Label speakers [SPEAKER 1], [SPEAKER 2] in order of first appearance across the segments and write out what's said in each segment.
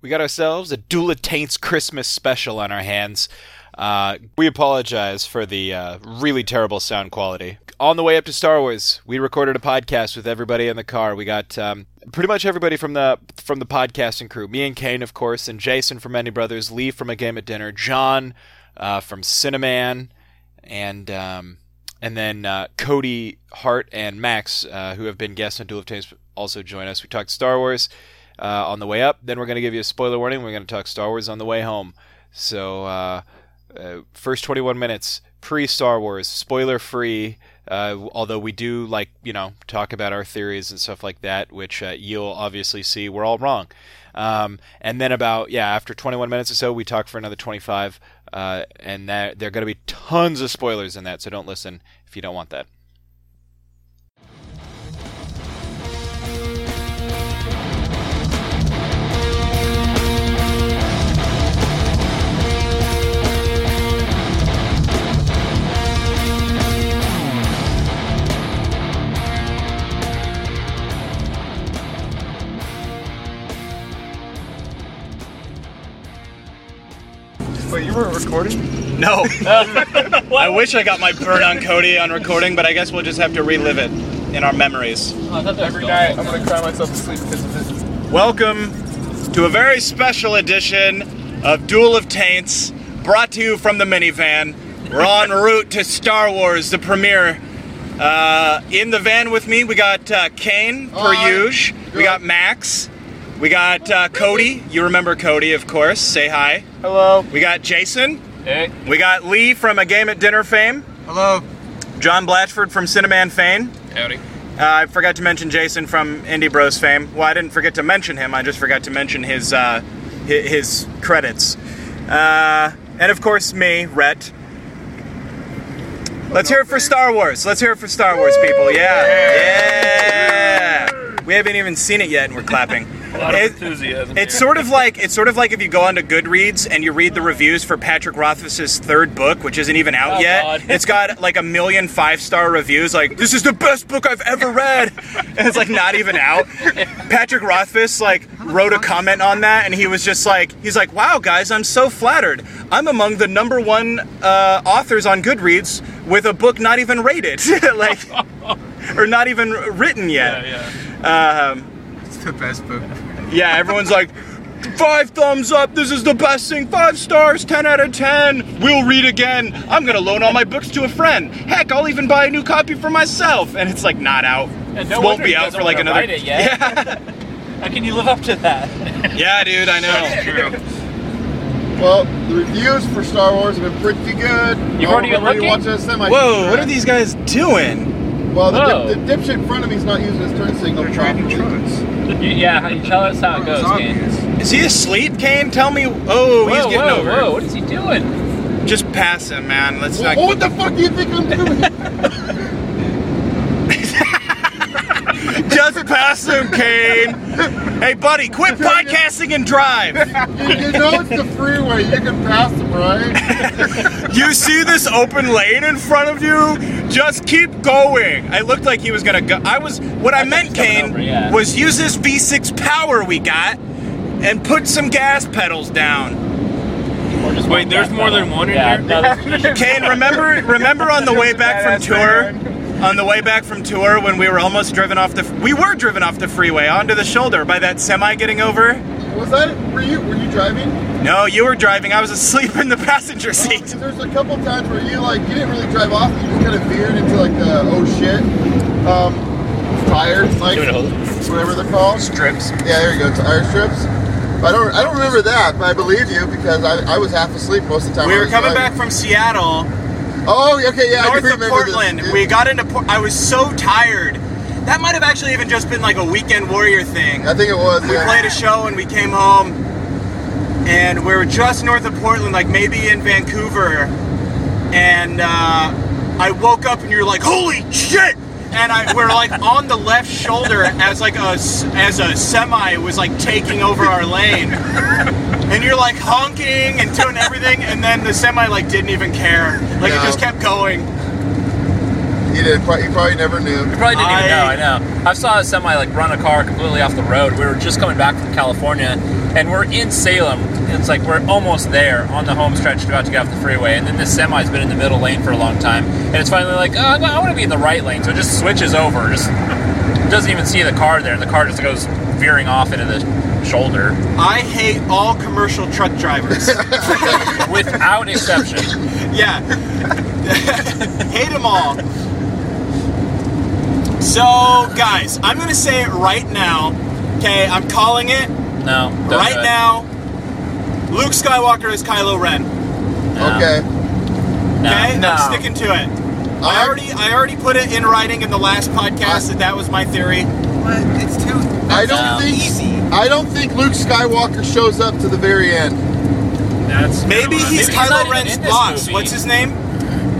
[SPEAKER 1] we got ourselves a Dula Taints Christmas special on our hands. Uh, we apologize for the uh, really terrible sound quality. On the way up to Star Wars, we recorded a podcast with everybody in the car. We got um, pretty much everybody from the from the podcasting crew. Me and Kane, of course, and Jason from Any Brothers, Lee from A Game at Dinner, John uh, from Cineman, and um, and then uh, Cody Hart and Max, uh, who have been guests on Duel of Tames, also join us. We talked Star Wars uh, on the way up. Then we're going to give you a spoiler warning. We're going to talk Star Wars on the way home. So uh, uh, first 21 minutes pre Star Wars, spoiler free. Uh, although we do like you know talk about our theories and stuff like that, which uh, you'll obviously see we're all wrong. Um, and then about yeah, after 21 minutes or so, we talk for another 25, uh, and that, there are going to be tons of spoilers in that, so don't listen if you don't want that.
[SPEAKER 2] Wait, you weren't recording?
[SPEAKER 1] No, I wish I got my burn on Cody on recording, but I guess we'll just have to relive it in our memories.
[SPEAKER 2] Every night I'm gonna cry myself to sleep because of this.
[SPEAKER 1] Welcome to a very special edition of Duel of Taints, brought to you from the minivan. We're en route to Star Wars, the premiere. Uh, in the van with me, we got uh, Kane, per
[SPEAKER 2] Hi.
[SPEAKER 1] usual. We got Max. We got uh, Cody. You remember Cody, of course. Say hi.
[SPEAKER 2] Hello.
[SPEAKER 1] We got Jason.
[SPEAKER 2] Hey.
[SPEAKER 1] We got Lee from A Game at Dinner fame.
[SPEAKER 2] Hello.
[SPEAKER 1] John Blatchford from Cineman fame.
[SPEAKER 2] Howdy.
[SPEAKER 1] Uh, I forgot to mention Jason from Indie Bros fame. Well, I didn't forget to mention him. I just forgot to mention his uh, his, his credits. Uh, and of course, me, Rhett. Let's hear it for Star Wars. Let's hear it for Star Wars, people. Yeah, yeah. We haven't even seen it yet, and we're clapping.
[SPEAKER 3] A lot of
[SPEAKER 1] It-
[SPEAKER 3] enthusiasm.
[SPEAKER 1] it's sort of like it's sort of like if you go onto Goodreads and you read the reviews for Patrick Rothfuss's third book, which isn't even out
[SPEAKER 3] Oh,
[SPEAKER 1] yet.
[SPEAKER 3] God.
[SPEAKER 1] It's got like a million five star reviews, like this is the best book I've ever read, and it's like not even out. Patrick Rothfuss like wrote a comment on that, and he was just like, he's like, wow guys, I'm so flattered. I'm among the number one uh, authors on Goodreads with a book not even rated, like or not even written yet.
[SPEAKER 3] yeah, yeah.
[SPEAKER 2] It's the best book.
[SPEAKER 1] Yeah, everyone's like, five thumbs up, this is the best thing, five stars, 10 out of 10, we'll read again, I'm gonna loan all my books to a friend, heck, I'll even buy a new copy for myself. And it's like not out.
[SPEAKER 3] And no
[SPEAKER 1] Won't
[SPEAKER 3] wonder
[SPEAKER 1] be
[SPEAKER 3] he
[SPEAKER 1] out
[SPEAKER 3] doesn't
[SPEAKER 1] for like
[SPEAKER 3] wanna
[SPEAKER 1] another.
[SPEAKER 3] write it yet.
[SPEAKER 1] Yeah.
[SPEAKER 3] How can you live up to that?
[SPEAKER 1] yeah, dude, I know.
[SPEAKER 4] Well, the reviews for Star Wars have been pretty good.
[SPEAKER 3] You've already been
[SPEAKER 4] Everybody
[SPEAKER 3] looking?
[SPEAKER 4] watching this semi-
[SPEAKER 1] Whoa, what are these guys doing?
[SPEAKER 4] Well,
[SPEAKER 3] Whoa.
[SPEAKER 4] the, dip, the dipshit in front of me's not using his turn signal properly.
[SPEAKER 3] You- yeah, you tell us
[SPEAKER 1] Oh,
[SPEAKER 3] how it goes, man.
[SPEAKER 1] Is he asleep, Kane? Tell me. Oh,
[SPEAKER 3] Whoa,
[SPEAKER 1] he's getting
[SPEAKER 3] whoa,
[SPEAKER 1] over. it.
[SPEAKER 3] whoa! What is he doing?
[SPEAKER 1] Just pass him, man. Let's not.
[SPEAKER 4] Well, what the fuck do you think I'm doing?
[SPEAKER 1] Just pass him, Kane. hey, buddy, quit podcasting and drive.
[SPEAKER 4] you, you know it's the freeway. You can pass them, right?
[SPEAKER 1] You see this open lane in front of you? Just keep going. I looked like he was gonna go. I was. What I, meant,
[SPEAKER 3] coming
[SPEAKER 1] Kane,
[SPEAKER 3] over, yeah.
[SPEAKER 1] was use this V6 power we got and put some gas pedals down.
[SPEAKER 3] Or just
[SPEAKER 5] Wait, there's more than one in
[SPEAKER 3] yeah,
[SPEAKER 5] here?
[SPEAKER 3] no, there's-
[SPEAKER 1] Kane, remember, remember on the way back from
[SPEAKER 2] Badass
[SPEAKER 1] tour, on the way back from tour when we were almost driven off the, we were driven off the freeway onto the shoulder by that semi getting over.
[SPEAKER 4] Was that were you? Were you driving?
[SPEAKER 1] No, you were driving. I was asleep in the passenger seat.
[SPEAKER 4] There's a couple times where you like you didn't really drive off. You just kind of veered into like the oh shit, um, tire like whatever they're called.
[SPEAKER 1] Strips.
[SPEAKER 4] Yeah, there you go. Tire strips. I don't. I don't remember that, but I believe you because I, I was half asleep most of the time.
[SPEAKER 1] We
[SPEAKER 4] I
[SPEAKER 1] were
[SPEAKER 4] was
[SPEAKER 1] coming
[SPEAKER 4] driving.
[SPEAKER 1] back from Seattle.
[SPEAKER 4] Oh, okay, yeah, I do
[SPEAKER 1] north of
[SPEAKER 4] remember
[SPEAKER 1] Portland.
[SPEAKER 4] This.
[SPEAKER 1] We got into Port. I was so tired. That might have actually even just been like a weekend warrior thing.
[SPEAKER 4] I think it was.
[SPEAKER 1] We
[SPEAKER 4] yeah.
[SPEAKER 1] played a show and we came home, and we were just north of Portland, like maybe in Vancouver. And uh, I woke up and you're like, "Holy shit!" And I, we're like on the left shoulder as like a s- as a semi was like taking over our lane, and you're like honking and doing everything, and then the semi like didn't even care, like it
[SPEAKER 4] No.
[SPEAKER 1] just kept going.
[SPEAKER 4] You did. Probably, you probably never knew.
[SPEAKER 3] We probably didn't even know.
[SPEAKER 1] I-
[SPEAKER 3] I know. I saw a semi like run a car completely off the road. We were just coming back from California, and we're in Salem. And it's like we're almost there on the home stretch, about to get off the freeway. And then this semi's been in the middle lane for a long time, and it's finally like, oh, I want to be in the right lane, so it just switches over. Just doesn't even see the car there, and the car just goes veering off into the shoulder
[SPEAKER 5] I hate all commercial truck drivers.
[SPEAKER 3] without exception.
[SPEAKER 5] yeah. hate them all. So, guys, I'm going to say it right now. Okay, I'm calling it
[SPEAKER 3] No, don't do
[SPEAKER 5] right
[SPEAKER 3] it.
[SPEAKER 5] now. Luke Skywalker is Kylo Ren.
[SPEAKER 3] No,
[SPEAKER 4] Okay.
[SPEAKER 3] No.
[SPEAKER 5] Okay,
[SPEAKER 3] No.
[SPEAKER 5] I'm sticking to it. I
[SPEAKER 4] I-
[SPEAKER 5] already, I already put it in writing in the last podcast that that was my theory.
[SPEAKER 2] What? It's too.
[SPEAKER 4] I don't
[SPEAKER 3] Um,
[SPEAKER 4] think
[SPEAKER 5] easy.
[SPEAKER 4] I don't think Luke Skywalker shows up to the very end.
[SPEAKER 3] That's
[SPEAKER 5] Maybe he's
[SPEAKER 3] Maybe he's not
[SPEAKER 5] Kylo
[SPEAKER 3] even
[SPEAKER 5] Ren's
[SPEAKER 3] in this
[SPEAKER 5] boss.
[SPEAKER 3] movie.
[SPEAKER 5] What's his name?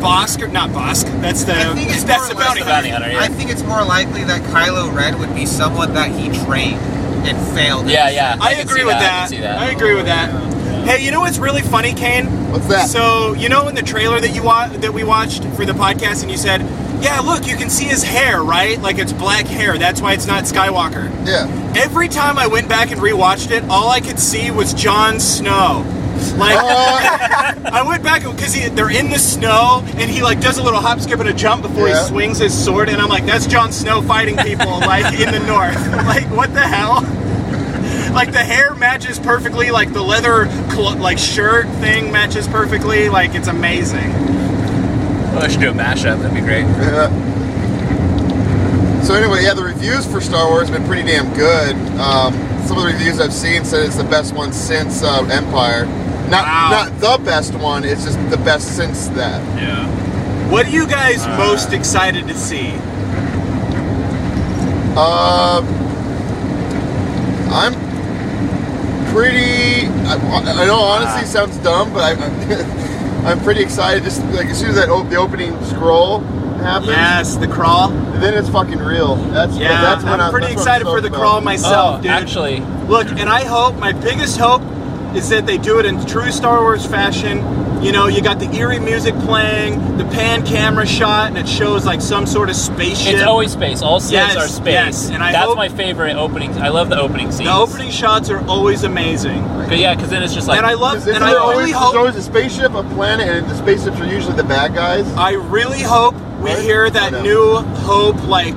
[SPEAKER 5] Bosk or not Bosk? That's the
[SPEAKER 2] I think it's
[SPEAKER 5] that's the
[SPEAKER 2] more or
[SPEAKER 5] bounty
[SPEAKER 2] less
[SPEAKER 5] hunter.
[SPEAKER 3] bounty hunter.
[SPEAKER 2] I
[SPEAKER 3] Yeah,
[SPEAKER 2] think it's more likely that Kylo Ren would be someone that he trained and failed.
[SPEAKER 3] yeah. yeah
[SPEAKER 5] I,
[SPEAKER 3] can
[SPEAKER 5] agree
[SPEAKER 3] see
[SPEAKER 5] with
[SPEAKER 3] I can
[SPEAKER 5] that.
[SPEAKER 3] see
[SPEAKER 5] I agree with that. Hey, you know what's really funny, Kane?
[SPEAKER 4] What's that?
[SPEAKER 5] So you know in the trailer that you wa- that we watched for the podcast, and you said, "Yeah, look, you can see his hair, right? Like it's black hair. That's why it's not Skywalker."
[SPEAKER 4] Yeah.
[SPEAKER 5] Every time I went back and rewatched it, all I could see was Jon Snow. Like
[SPEAKER 4] Uh,
[SPEAKER 5] I went back because they're in the snow, and he like does a little hop, skip, and a jump before
[SPEAKER 4] Yeah.
[SPEAKER 5] he swings his sword, and I'm like, that's Jon Snow fighting people like in the north. like what the hell? Like the hair matches perfectly, like the leather cl- like shirt thing matches perfectly. Like it's amazing.
[SPEAKER 3] Well, Oh, I should do a mashup. That'd be great.
[SPEAKER 4] yeah. So anyway, yeah, the reviews for Star Wars have been pretty damn good. Um, some of the reviews I've seen said it's the best one since uh, Empire. Not
[SPEAKER 5] Wow.
[SPEAKER 4] not the best one. It's just the best since that.
[SPEAKER 3] Yeah.
[SPEAKER 5] What are you guys
[SPEAKER 4] Uh.
[SPEAKER 5] most excited to see?
[SPEAKER 4] Um, I'm pretty. I, I know,
[SPEAKER 5] Ah.
[SPEAKER 4] honestly, sounds dumb, but I, I'm pretty excited. Just like as soon as that op- the opening scroll happens,
[SPEAKER 5] Yes, the crawl.
[SPEAKER 4] then it's fucking real. That's
[SPEAKER 5] Yeah,
[SPEAKER 4] That's when
[SPEAKER 5] I'm pretty
[SPEAKER 4] that's what
[SPEAKER 5] excited
[SPEAKER 4] so
[SPEAKER 5] for the
[SPEAKER 4] about.
[SPEAKER 5] crawl myself,
[SPEAKER 3] oh,
[SPEAKER 5] dude.
[SPEAKER 3] actually,
[SPEAKER 5] Look, and I hope my biggest hope is that they do it in true Star Wars fashion. You know, you got the eerie music playing, the pan camera shot, and it shows like some sort of spaceship.
[SPEAKER 3] it's always space. All six
[SPEAKER 5] Yes,
[SPEAKER 3] are space.
[SPEAKER 5] yes, and I
[SPEAKER 3] That's
[SPEAKER 5] hope-
[SPEAKER 3] my favorite opening. I love the opening scene.
[SPEAKER 5] the opening shots are always amazing,
[SPEAKER 3] But yeah, because then it's just like
[SPEAKER 5] and I
[SPEAKER 4] 'Cause
[SPEAKER 5] love.
[SPEAKER 4] isn't
[SPEAKER 5] And I
[SPEAKER 4] there
[SPEAKER 5] really
[SPEAKER 4] always,
[SPEAKER 5] hope.
[SPEAKER 4] there's always a spaceship, a planet, and the spaceships are usually the bad guys.
[SPEAKER 5] I really hope we
[SPEAKER 4] Right?
[SPEAKER 5] hear that
[SPEAKER 4] I know.
[SPEAKER 5] new hope, like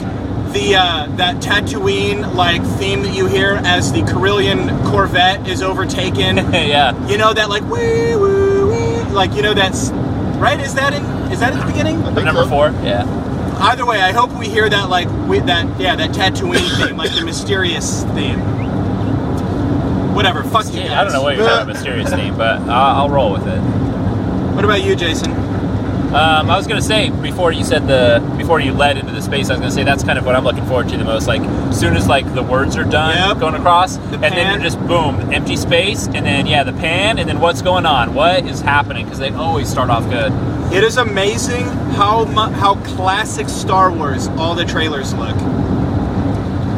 [SPEAKER 5] the uh, that Tatooine like theme that you hear as the Carillion Corvette is overtaken.
[SPEAKER 3] yeah.
[SPEAKER 5] You know that like wee woo wee, like you know that's right. Is that in? Is that in the beginning?
[SPEAKER 4] I think
[SPEAKER 3] Number
[SPEAKER 4] so.
[SPEAKER 3] four. Yeah.
[SPEAKER 5] Either way, I hope we hear that like we, that yeah that Tatooine theme, like the mysterious theme. Whatever. Fuck you. Guys.
[SPEAKER 3] I don't know what you're talking about mysterious name, but uh, I'll, I'll roll with it.
[SPEAKER 5] What about you, Jason?
[SPEAKER 3] Um, I was gonna say before you said the before you led into the space, I was gonna say that's kind of what I'm looking forward to the most. Like as soon as like the words are done
[SPEAKER 5] Yep.
[SPEAKER 3] going across, and then
[SPEAKER 5] pan.
[SPEAKER 3] you're just boom, empty space, and then yeah, the pan, and then what's going on? What is happening? Because they always start off good.
[SPEAKER 5] It is amazing how mu- how classic Star Wars all the trailers look.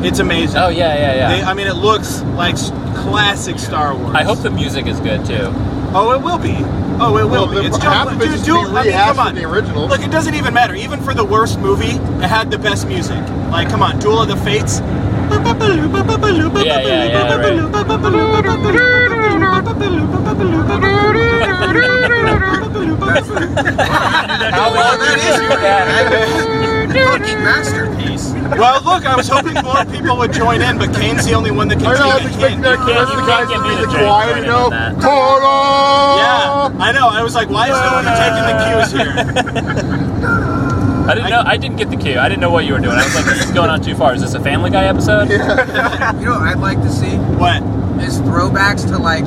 [SPEAKER 5] It's amazing.
[SPEAKER 3] Oh yeah, yeah, yeah.
[SPEAKER 5] They, I mean, it looks like s- classic Star Wars.
[SPEAKER 3] I hope the music is good too.
[SPEAKER 5] Oh, it will be. Oh, it will
[SPEAKER 4] Well,
[SPEAKER 5] be.
[SPEAKER 4] the-
[SPEAKER 5] It's
[SPEAKER 4] half
[SPEAKER 5] John.
[SPEAKER 4] of it
[SPEAKER 5] Dude,
[SPEAKER 4] just
[SPEAKER 5] do,
[SPEAKER 4] be
[SPEAKER 5] I mean, come
[SPEAKER 4] rehashed
[SPEAKER 5] on.
[SPEAKER 4] from the original.
[SPEAKER 5] Look, it doesn't even matter. Even for the worst movie, it had the best music. Like, come on, Duel of the Fates.
[SPEAKER 3] Yeah, yeah, yeah,
[SPEAKER 4] How long
[SPEAKER 2] that
[SPEAKER 4] did
[SPEAKER 2] is
[SPEAKER 4] you-
[SPEAKER 2] your fucking masterpiece.
[SPEAKER 5] Well, look, I was hoping more people would join in, but Kane's the only one that
[SPEAKER 4] I
[SPEAKER 5] can
[SPEAKER 4] know. I was
[SPEAKER 5] take it.
[SPEAKER 4] expecting
[SPEAKER 5] Kane.
[SPEAKER 4] that the
[SPEAKER 3] can't-
[SPEAKER 4] rest of
[SPEAKER 3] you
[SPEAKER 4] the
[SPEAKER 3] can't
[SPEAKER 4] guys
[SPEAKER 3] get
[SPEAKER 4] to
[SPEAKER 3] me to
[SPEAKER 4] be the
[SPEAKER 3] drink
[SPEAKER 4] quiet
[SPEAKER 3] right
[SPEAKER 4] and
[SPEAKER 3] on
[SPEAKER 4] go,
[SPEAKER 3] that.
[SPEAKER 5] Yeah,
[SPEAKER 4] "Kola!"
[SPEAKER 5] I know. I was like, why is no one taking the
[SPEAKER 4] Uh.
[SPEAKER 5] cues here?
[SPEAKER 3] I didn't know. I didn't get the cue. I didn't know what you were doing. I was like, this is going on too far. Is this a Family Guy episode?
[SPEAKER 2] You know what I'd like to see
[SPEAKER 5] What?
[SPEAKER 2] is throwbacks to like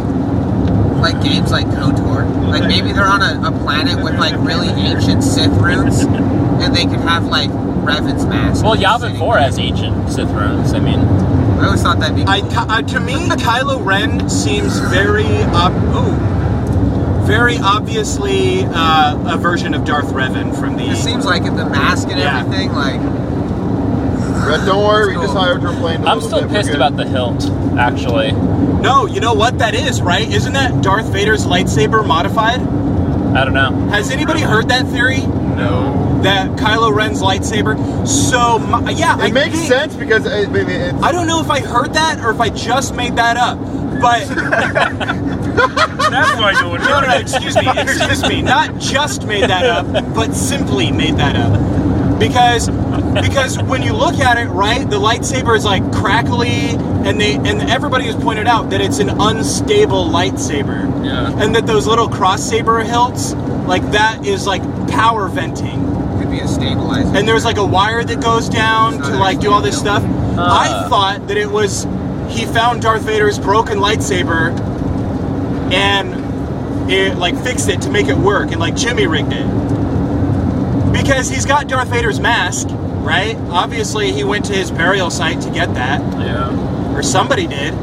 [SPEAKER 2] like games like KOTOR. Like maybe they're on a, a planet with like really ancient Sith runes and they could have like Revan's mask.
[SPEAKER 3] Well,
[SPEAKER 2] sitting-
[SPEAKER 3] Yavin Four has ancient Sith runes. I mean,
[SPEAKER 2] I always thought that'd be
[SPEAKER 5] I, Ky- uh, to me, Kylo Ren seems very ob- ooh, very obviously uh, a version of Darth Revan from the.
[SPEAKER 2] It seems like it, the mask and
[SPEAKER 5] Yeah.
[SPEAKER 2] everything, like
[SPEAKER 4] Red, don't worry, we
[SPEAKER 2] Let's
[SPEAKER 4] just
[SPEAKER 2] go.
[SPEAKER 4] hired her plane.
[SPEAKER 3] I'm still pissed about the hilt. Actually,
[SPEAKER 5] No, you know what that is, right? Isn't that Darth Vader's lightsaber modified?
[SPEAKER 3] I don't know.
[SPEAKER 5] Has anybody heard that theory? No. That Kylo Ren's lightsaber. So my, yeah, I
[SPEAKER 4] It makes
[SPEAKER 5] think-
[SPEAKER 4] sense because I mean, it's,
[SPEAKER 5] I don't know if I heard that or if I just made that up, but
[SPEAKER 6] That's why you would
[SPEAKER 5] no, no, no, excuse me, excuse me. Not just made that up, but simply made that up. Because because when you look at it, right, the lightsaber is like crackly and they and everybody has pointed out that it's an unstable lightsaber.
[SPEAKER 6] Yeah.
[SPEAKER 5] And that those little cross saber hilts, like that is like power venting.
[SPEAKER 2] Could be a stabilizer.
[SPEAKER 5] and there's like a wire that goes down to like do all this stuff. I thought that it was he found Darth Vader's broken lightsaber and it like fixed it to make it work and like Jimmy rigged it. Because he's got Darth Vader's mask, right? Obviously he went to his burial site to get that
[SPEAKER 6] Yeah.
[SPEAKER 5] or somebody did.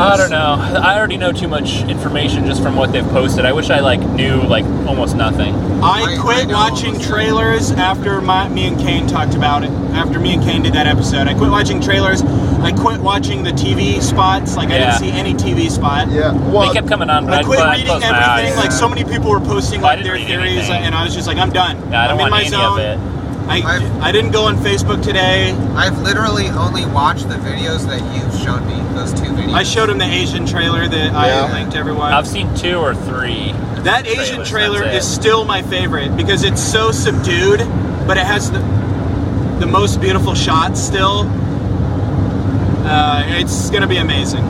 [SPEAKER 3] I don't know. I already know too much information just from what they've posted. I wish I like knew like almost nothing.
[SPEAKER 5] I
[SPEAKER 2] I- I
[SPEAKER 5] quit
[SPEAKER 2] know
[SPEAKER 5] watching
[SPEAKER 2] almost
[SPEAKER 5] trailers after my, me and Kane talked about it. After me and Kane did that episode, I quit watching trailers. I quit watching the TV spots. Like I
[SPEAKER 3] Yeah.
[SPEAKER 5] didn't see any TV spot.
[SPEAKER 4] yeah. Well,
[SPEAKER 3] they kept coming on, but
[SPEAKER 5] I
[SPEAKER 3] I
[SPEAKER 5] quit
[SPEAKER 3] but I
[SPEAKER 5] reading
[SPEAKER 3] closed
[SPEAKER 5] everything.
[SPEAKER 3] my eyes.
[SPEAKER 5] Like so many people were posting
[SPEAKER 3] I
[SPEAKER 5] like
[SPEAKER 3] didn't
[SPEAKER 5] their
[SPEAKER 3] read
[SPEAKER 5] theories,
[SPEAKER 3] anything.
[SPEAKER 5] and I was just like, I'm done.
[SPEAKER 3] Yeah, I don't
[SPEAKER 5] am in
[SPEAKER 3] want
[SPEAKER 5] my
[SPEAKER 3] any
[SPEAKER 5] zone.
[SPEAKER 3] of it.
[SPEAKER 5] I
[SPEAKER 2] I've-
[SPEAKER 5] I didn't go on Facebook today.
[SPEAKER 2] I've literally only watched the videos that you've shown me. Those two videos.
[SPEAKER 5] I showed him the Asian trailer that
[SPEAKER 4] Yeah.
[SPEAKER 5] I linked everyone.
[SPEAKER 3] I've seen two or three.
[SPEAKER 5] That Asian
[SPEAKER 3] trailers,
[SPEAKER 5] trailer
[SPEAKER 3] that's it.
[SPEAKER 5] is still my favorite because it's so subdued, but it has the, the most beautiful shots still. Uh, it's gonna be amazing.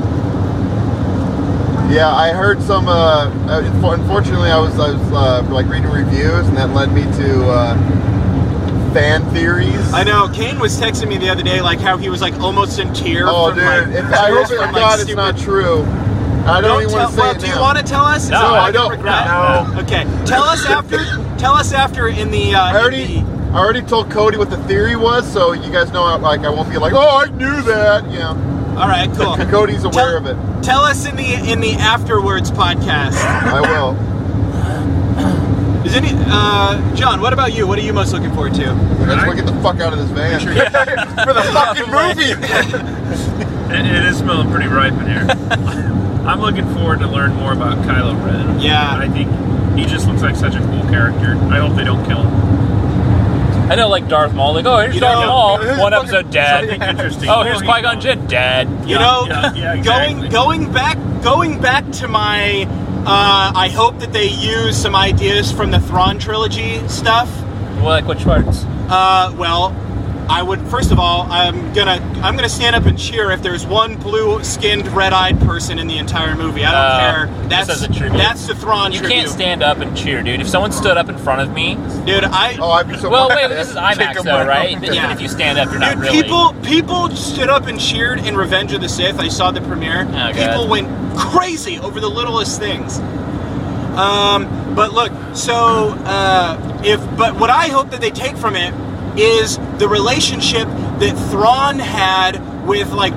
[SPEAKER 4] Yeah, I heard some. Uh, uh, unfor- unfortunately, I was, I was uh, like reading reviews, and that led me to uh, fan theories.
[SPEAKER 5] I know Kane was texting me the other day, like how he was like almost in tears.
[SPEAKER 4] Oh,
[SPEAKER 5] from,
[SPEAKER 4] dude!
[SPEAKER 5] like,
[SPEAKER 4] if, I hope
[SPEAKER 5] tears
[SPEAKER 4] to
[SPEAKER 5] from, like,
[SPEAKER 4] God it's
[SPEAKER 5] stupid-
[SPEAKER 4] not true. I don't, even
[SPEAKER 5] tell,
[SPEAKER 4] want to say
[SPEAKER 5] well,
[SPEAKER 4] it
[SPEAKER 5] do
[SPEAKER 4] now.
[SPEAKER 5] you want to tell us?
[SPEAKER 3] No,
[SPEAKER 5] So
[SPEAKER 3] I
[SPEAKER 5] can
[SPEAKER 4] don't.
[SPEAKER 5] regret?
[SPEAKER 4] No.
[SPEAKER 5] Okay, tell us after. Tell us after in the. Uh,
[SPEAKER 4] I already,
[SPEAKER 5] in the-
[SPEAKER 4] I already told Cody what the theory was, so you guys know. Like, I won't be like, "Oh, I knew that." You know,
[SPEAKER 5] all right, cool.
[SPEAKER 4] Cody's aware
[SPEAKER 5] Oh. Tell-
[SPEAKER 4] of it.
[SPEAKER 5] Tell us in the in the afterwards podcast.
[SPEAKER 4] I will.
[SPEAKER 5] Is any uh, John? What about you? What are you most looking forward to?
[SPEAKER 4] Let's get the fuck out of this van.
[SPEAKER 5] For the fucking
[SPEAKER 6] It, it is smelling pretty ripe in here. I'm looking forward to learn more about Kylo Ren.
[SPEAKER 5] Yeah.
[SPEAKER 6] I think he just looks like such a cool character. I hope they don't kill him.
[SPEAKER 3] I know like Darth Maul. Like oh here's
[SPEAKER 5] You
[SPEAKER 3] Darth
[SPEAKER 5] know,
[SPEAKER 3] Maul.
[SPEAKER 4] here's
[SPEAKER 3] One
[SPEAKER 4] fucking
[SPEAKER 3] episode
[SPEAKER 6] Something
[SPEAKER 3] dead.
[SPEAKER 6] interesting.
[SPEAKER 3] Oh here's
[SPEAKER 6] Well,
[SPEAKER 3] Qui
[SPEAKER 6] he's
[SPEAKER 3] Gon
[SPEAKER 6] gone.
[SPEAKER 3] Jinn dead.
[SPEAKER 5] You know,
[SPEAKER 6] yeah, yeah, exactly.
[SPEAKER 5] going going back going back to my. Uh, I hope that they use some ideas from the Thrawn trilogy stuff.
[SPEAKER 3] Well, like which parts?
[SPEAKER 5] Uh, well, I would first of all, I'm gonna I'm gonna stand up and cheer if there's one blue-skinned, red-eyed person in the entire movie. I
[SPEAKER 3] Uh,
[SPEAKER 5] don't care.
[SPEAKER 3] just as
[SPEAKER 5] That's
[SPEAKER 3] a tribute.
[SPEAKER 5] that's the Thrawn
[SPEAKER 3] You
[SPEAKER 5] tribute.
[SPEAKER 3] can't stand up and cheer, dude. If someone stood up in front of me,
[SPEAKER 5] dude. I
[SPEAKER 4] Oh, I'd be so.
[SPEAKER 3] well,
[SPEAKER 4] fucking
[SPEAKER 3] wait,
[SPEAKER 4] pissed.
[SPEAKER 3] this is
[SPEAKER 4] Kick
[SPEAKER 3] IMAX
[SPEAKER 4] him
[SPEAKER 3] though,
[SPEAKER 4] right
[SPEAKER 3] right?
[SPEAKER 4] off.
[SPEAKER 3] Even if you stand up, you're not
[SPEAKER 5] dude,
[SPEAKER 3] really.
[SPEAKER 5] people people stood up and cheered in Revenge of the Sith. I saw the premiere.
[SPEAKER 3] Oh, God.
[SPEAKER 5] people went crazy over the littlest things. Um, but look, so uh, if but what I hope that they take from it is the relationship that Thrawn had with like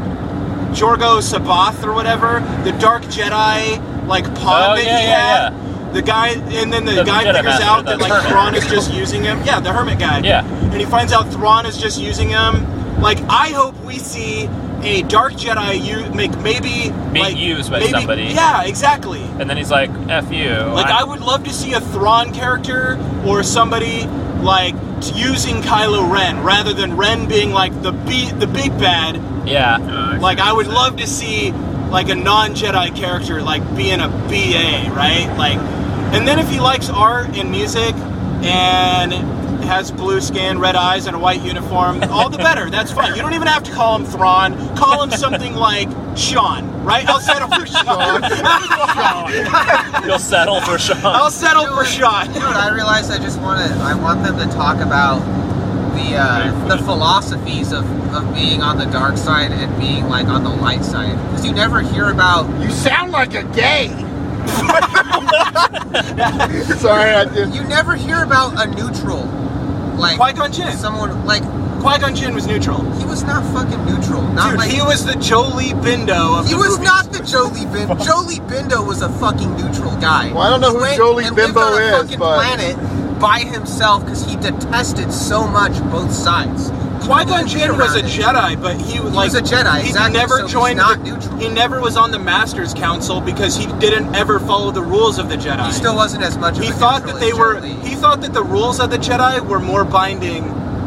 [SPEAKER 5] Jorgo Sabath or whatever, the Dark Jedi like pawn
[SPEAKER 3] Oh,
[SPEAKER 5] that
[SPEAKER 3] yeah,
[SPEAKER 5] he
[SPEAKER 3] yeah,
[SPEAKER 5] had. The guy, and then the,
[SPEAKER 3] The
[SPEAKER 5] guy
[SPEAKER 3] Jedi
[SPEAKER 5] figures
[SPEAKER 3] Master,
[SPEAKER 5] out
[SPEAKER 3] the
[SPEAKER 5] that like
[SPEAKER 3] hermit.
[SPEAKER 5] Thrawn is just using him. Yeah, the hermit guy.
[SPEAKER 3] Yeah.
[SPEAKER 5] And he finds out Thrawn is just using him. Like, I hope we see a Dark Jedi you make maybe being like,
[SPEAKER 3] used by
[SPEAKER 5] maybe-
[SPEAKER 3] somebody.
[SPEAKER 5] Yeah, exactly.
[SPEAKER 3] And then he's like, "F you."
[SPEAKER 5] Like I would love to see a Thrawn character or somebody like t- using Kylo Ren rather than Ren being like the be- the big bad.
[SPEAKER 3] Yeah.
[SPEAKER 5] Like I would love to see like a non Jedi character like being a BA, right? Like, and then if he likes art and music and has blue skin, red eyes, and a white uniform, all the better. That's fine. You don't even have to call him Thrawn. Call him something like Sean, right? I'll settle for Sean.
[SPEAKER 3] You'll settle for Sean.
[SPEAKER 5] I'll settle for Sean.
[SPEAKER 2] Dude, I realize I just want to. I want them to talk about the uh, the philosophies of, of being on the dark side and being like on the light side. Because you never hear about.
[SPEAKER 4] You sound like a gay. Sorry, I just.
[SPEAKER 2] You never hear about a neutral. Like
[SPEAKER 5] Qui Gon Jinn.
[SPEAKER 2] someone like
[SPEAKER 5] Qui Gon Jinn was neutral.
[SPEAKER 2] he was not fucking neutral. Not
[SPEAKER 5] Dude,
[SPEAKER 2] like
[SPEAKER 5] he was the Jolie Bindo of
[SPEAKER 2] He
[SPEAKER 5] the movies.
[SPEAKER 2] was not the Jolie Bimbo. Jolie Bindo was a fucking neutral guy.
[SPEAKER 4] Well, I don't know
[SPEAKER 2] He
[SPEAKER 4] who
[SPEAKER 2] went
[SPEAKER 4] Jolie
[SPEAKER 2] and lived
[SPEAKER 4] Bimbo
[SPEAKER 2] on a
[SPEAKER 4] is,
[SPEAKER 2] fucking
[SPEAKER 4] but-
[SPEAKER 2] planet by himself because he detested so much both sides.
[SPEAKER 5] Qui Gon Jinn was a Jedi, but he like
[SPEAKER 2] was a Jedi,
[SPEAKER 5] He
[SPEAKER 2] exactly,
[SPEAKER 5] never
[SPEAKER 2] so he's
[SPEAKER 5] joined.
[SPEAKER 2] not
[SPEAKER 5] the-
[SPEAKER 2] neutral.
[SPEAKER 5] he never was on the Master's Council because he didn't ever follow the rules of the Jedi.
[SPEAKER 2] He still wasn't as much. Of
[SPEAKER 5] He
[SPEAKER 2] a
[SPEAKER 5] thought
[SPEAKER 2] neutral
[SPEAKER 5] that they
[SPEAKER 2] as
[SPEAKER 5] were.
[SPEAKER 2] Jet Li.
[SPEAKER 5] He thought that the rules of the Jedi were more binding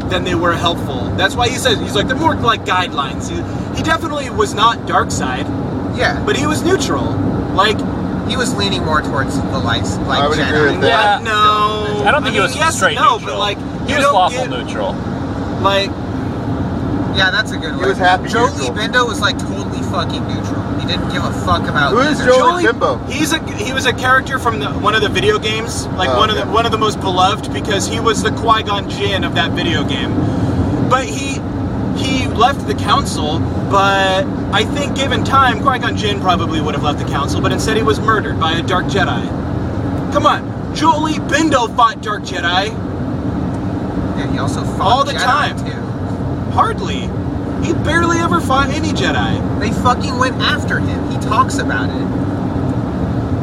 [SPEAKER 5] than they were helpful. That's why he says he's like they're more like guidelines. He, he definitely was not dark side,
[SPEAKER 2] yeah,
[SPEAKER 5] but he was neutral. Like
[SPEAKER 2] he was leaning more towards the lights. Like
[SPEAKER 4] I would
[SPEAKER 2] Jedi.
[SPEAKER 4] agree with that.
[SPEAKER 3] Yeah.
[SPEAKER 5] no,
[SPEAKER 3] Uh, I don't think
[SPEAKER 5] mean,
[SPEAKER 3] he was
[SPEAKER 5] yes,
[SPEAKER 3] straight
[SPEAKER 5] no,
[SPEAKER 3] neutral.
[SPEAKER 5] But like
[SPEAKER 3] he
[SPEAKER 5] you
[SPEAKER 3] was
[SPEAKER 5] don't
[SPEAKER 3] lawful
[SPEAKER 5] get-
[SPEAKER 3] neutral.
[SPEAKER 5] Like
[SPEAKER 2] Yeah, that's a good one.
[SPEAKER 4] was happy
[SPEAKER 2] Jolie
[SPEAKER 4] neutral.
[SPEAKER 2] Bendo was like totally fucking neutral. He didn't give a fuck about.
[SPEAKER 4] Who is
[SPEAKER 2] either.
[SPEAKER 4] Jolie?
[SPEAKER 5] Joey-
[SPEAKER 4] Bimbo.
[SPEAKER 5] He's a he was a character from the, one of the video games, like
[SPEAKER 4] Oh,
[SPEAKER 5] one of
[SPEAKER 4] okay.
[SPEAKER 5] the one of the most beloved because he was the Qui Gon Jinn of that video game. But he he left the council, but I think given time, Qui Gon Jinn probably would have left the council, but instead he was murdered by a Dark Jedi. Come on, Jolie Bindo fought Dark Jedi.
[SPEAKER 2] Yeah, he also fought
[SPEAKER 5] All the
[SPEAKER 2] Jedi,
[SPEAKER 5] time.
[SPEAKER 2] Too.
[SPEAKER 5] Hardly. He barely ever fought any Jedi.
[SPEAKER 2] They fucking went after him. He talks about it.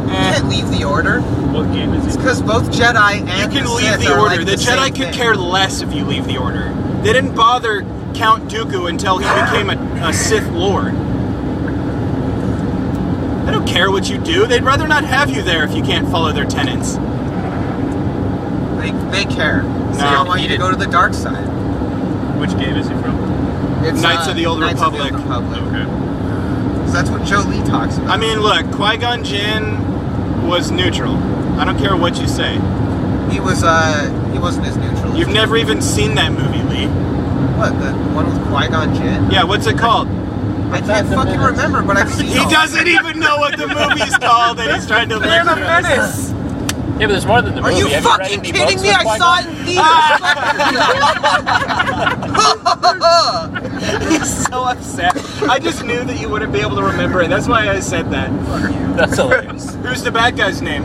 [SPEAKER 2] He
[SPEAKER 5] Eh.
[SPEAKER 2] can't leave the order
[SPEAKER 6] What game is it?
[SPEAKER 2] because both Jedi and
[SPEAKER 5] You can
[SPEAKER 2] the
[SPEAKER 5] leave
[SPEAKER 2] Sith
[SPEAKER 5] the
[SPEAKER 2] are,
[SPEAKER 5] order.
[SPEAKER 2] like,
[SPEAKER 5] the, Jedi
[SPEAKER 2] same
[SPEAKER 5] could
[SPEAKER 2] thing.
[SPEAKER 5] care less if you leave the order. They didn't bother Count Dooku until he became a, a Sith Lord. They don't care what you do. They'd rather not have you there if you can't follow their tenets.
[SPEAKER 2] They, they care. So
[SPEAKER 5] No.
[SPEAKER 2] they don't want you to go to the dark side.
[SPEAKER 6] Which game is he from?
[SPEAKER 2] It's, uh,
[SPEAKER 5] Knights of the Old
[SPEAKER 2] Knights of the Old
[SPEAKER 5] Republic.
[SPEAKER 2] Republic.
[SPEAKER 6] Okay.
[SPEAKER 2] So that's what Jolie talks about.
[SPEAKER 5] I mean, look, Qui Gon Jinn was neutral. I don't care what you say.
[SPEAKER 2] he was uh he wasn't as neutral.
[SPEAKER 5] You've never even seen that movie, Lee.
[SPEAKER 2] what the one with Qui Gon Jinn?
[SPEAKER 5] Yeah, what's it called?
[SPEAKER 2] I can't fucking remember, but I've seen.
[SPEAKER 5] He
[SPEAKER 2] all-
[SPEAKER 5] doesn't even know what the movie's called, and he's trying to.
[SPEAKER 2] Phantom
[SPEAKER 5] lecture us.
[SPEAKER 2] Menace.
[SPEAKER 3] Yeah, but there's more than the
[SPEAKER 2] Are
[SPEAKER 3] movie.
[SPEAKER 2] you
[SPEAKER 3] Have read
[SPEAKER 2] fucking
[SPEAKER 3] any
[SPEAKER 2] kidding
[SPEAKER 3] books
[SPEAKER 2] me?
[SPEAKER 3] with
[SPEAKER 2] I
[SPEAKER 3] Qui-Gon?
[SPEAKER 2] saw it
[SPEAKER 5] Ah!
[SPEAKER 2] in theaters.
[SPEAKER 5] He's so upset. I just knew that you wouldn't be able to remember it. That's why I said that.
[SPEAKER 3] That's hilarious.
[SPEAKER 5] Who's the bad guy's name?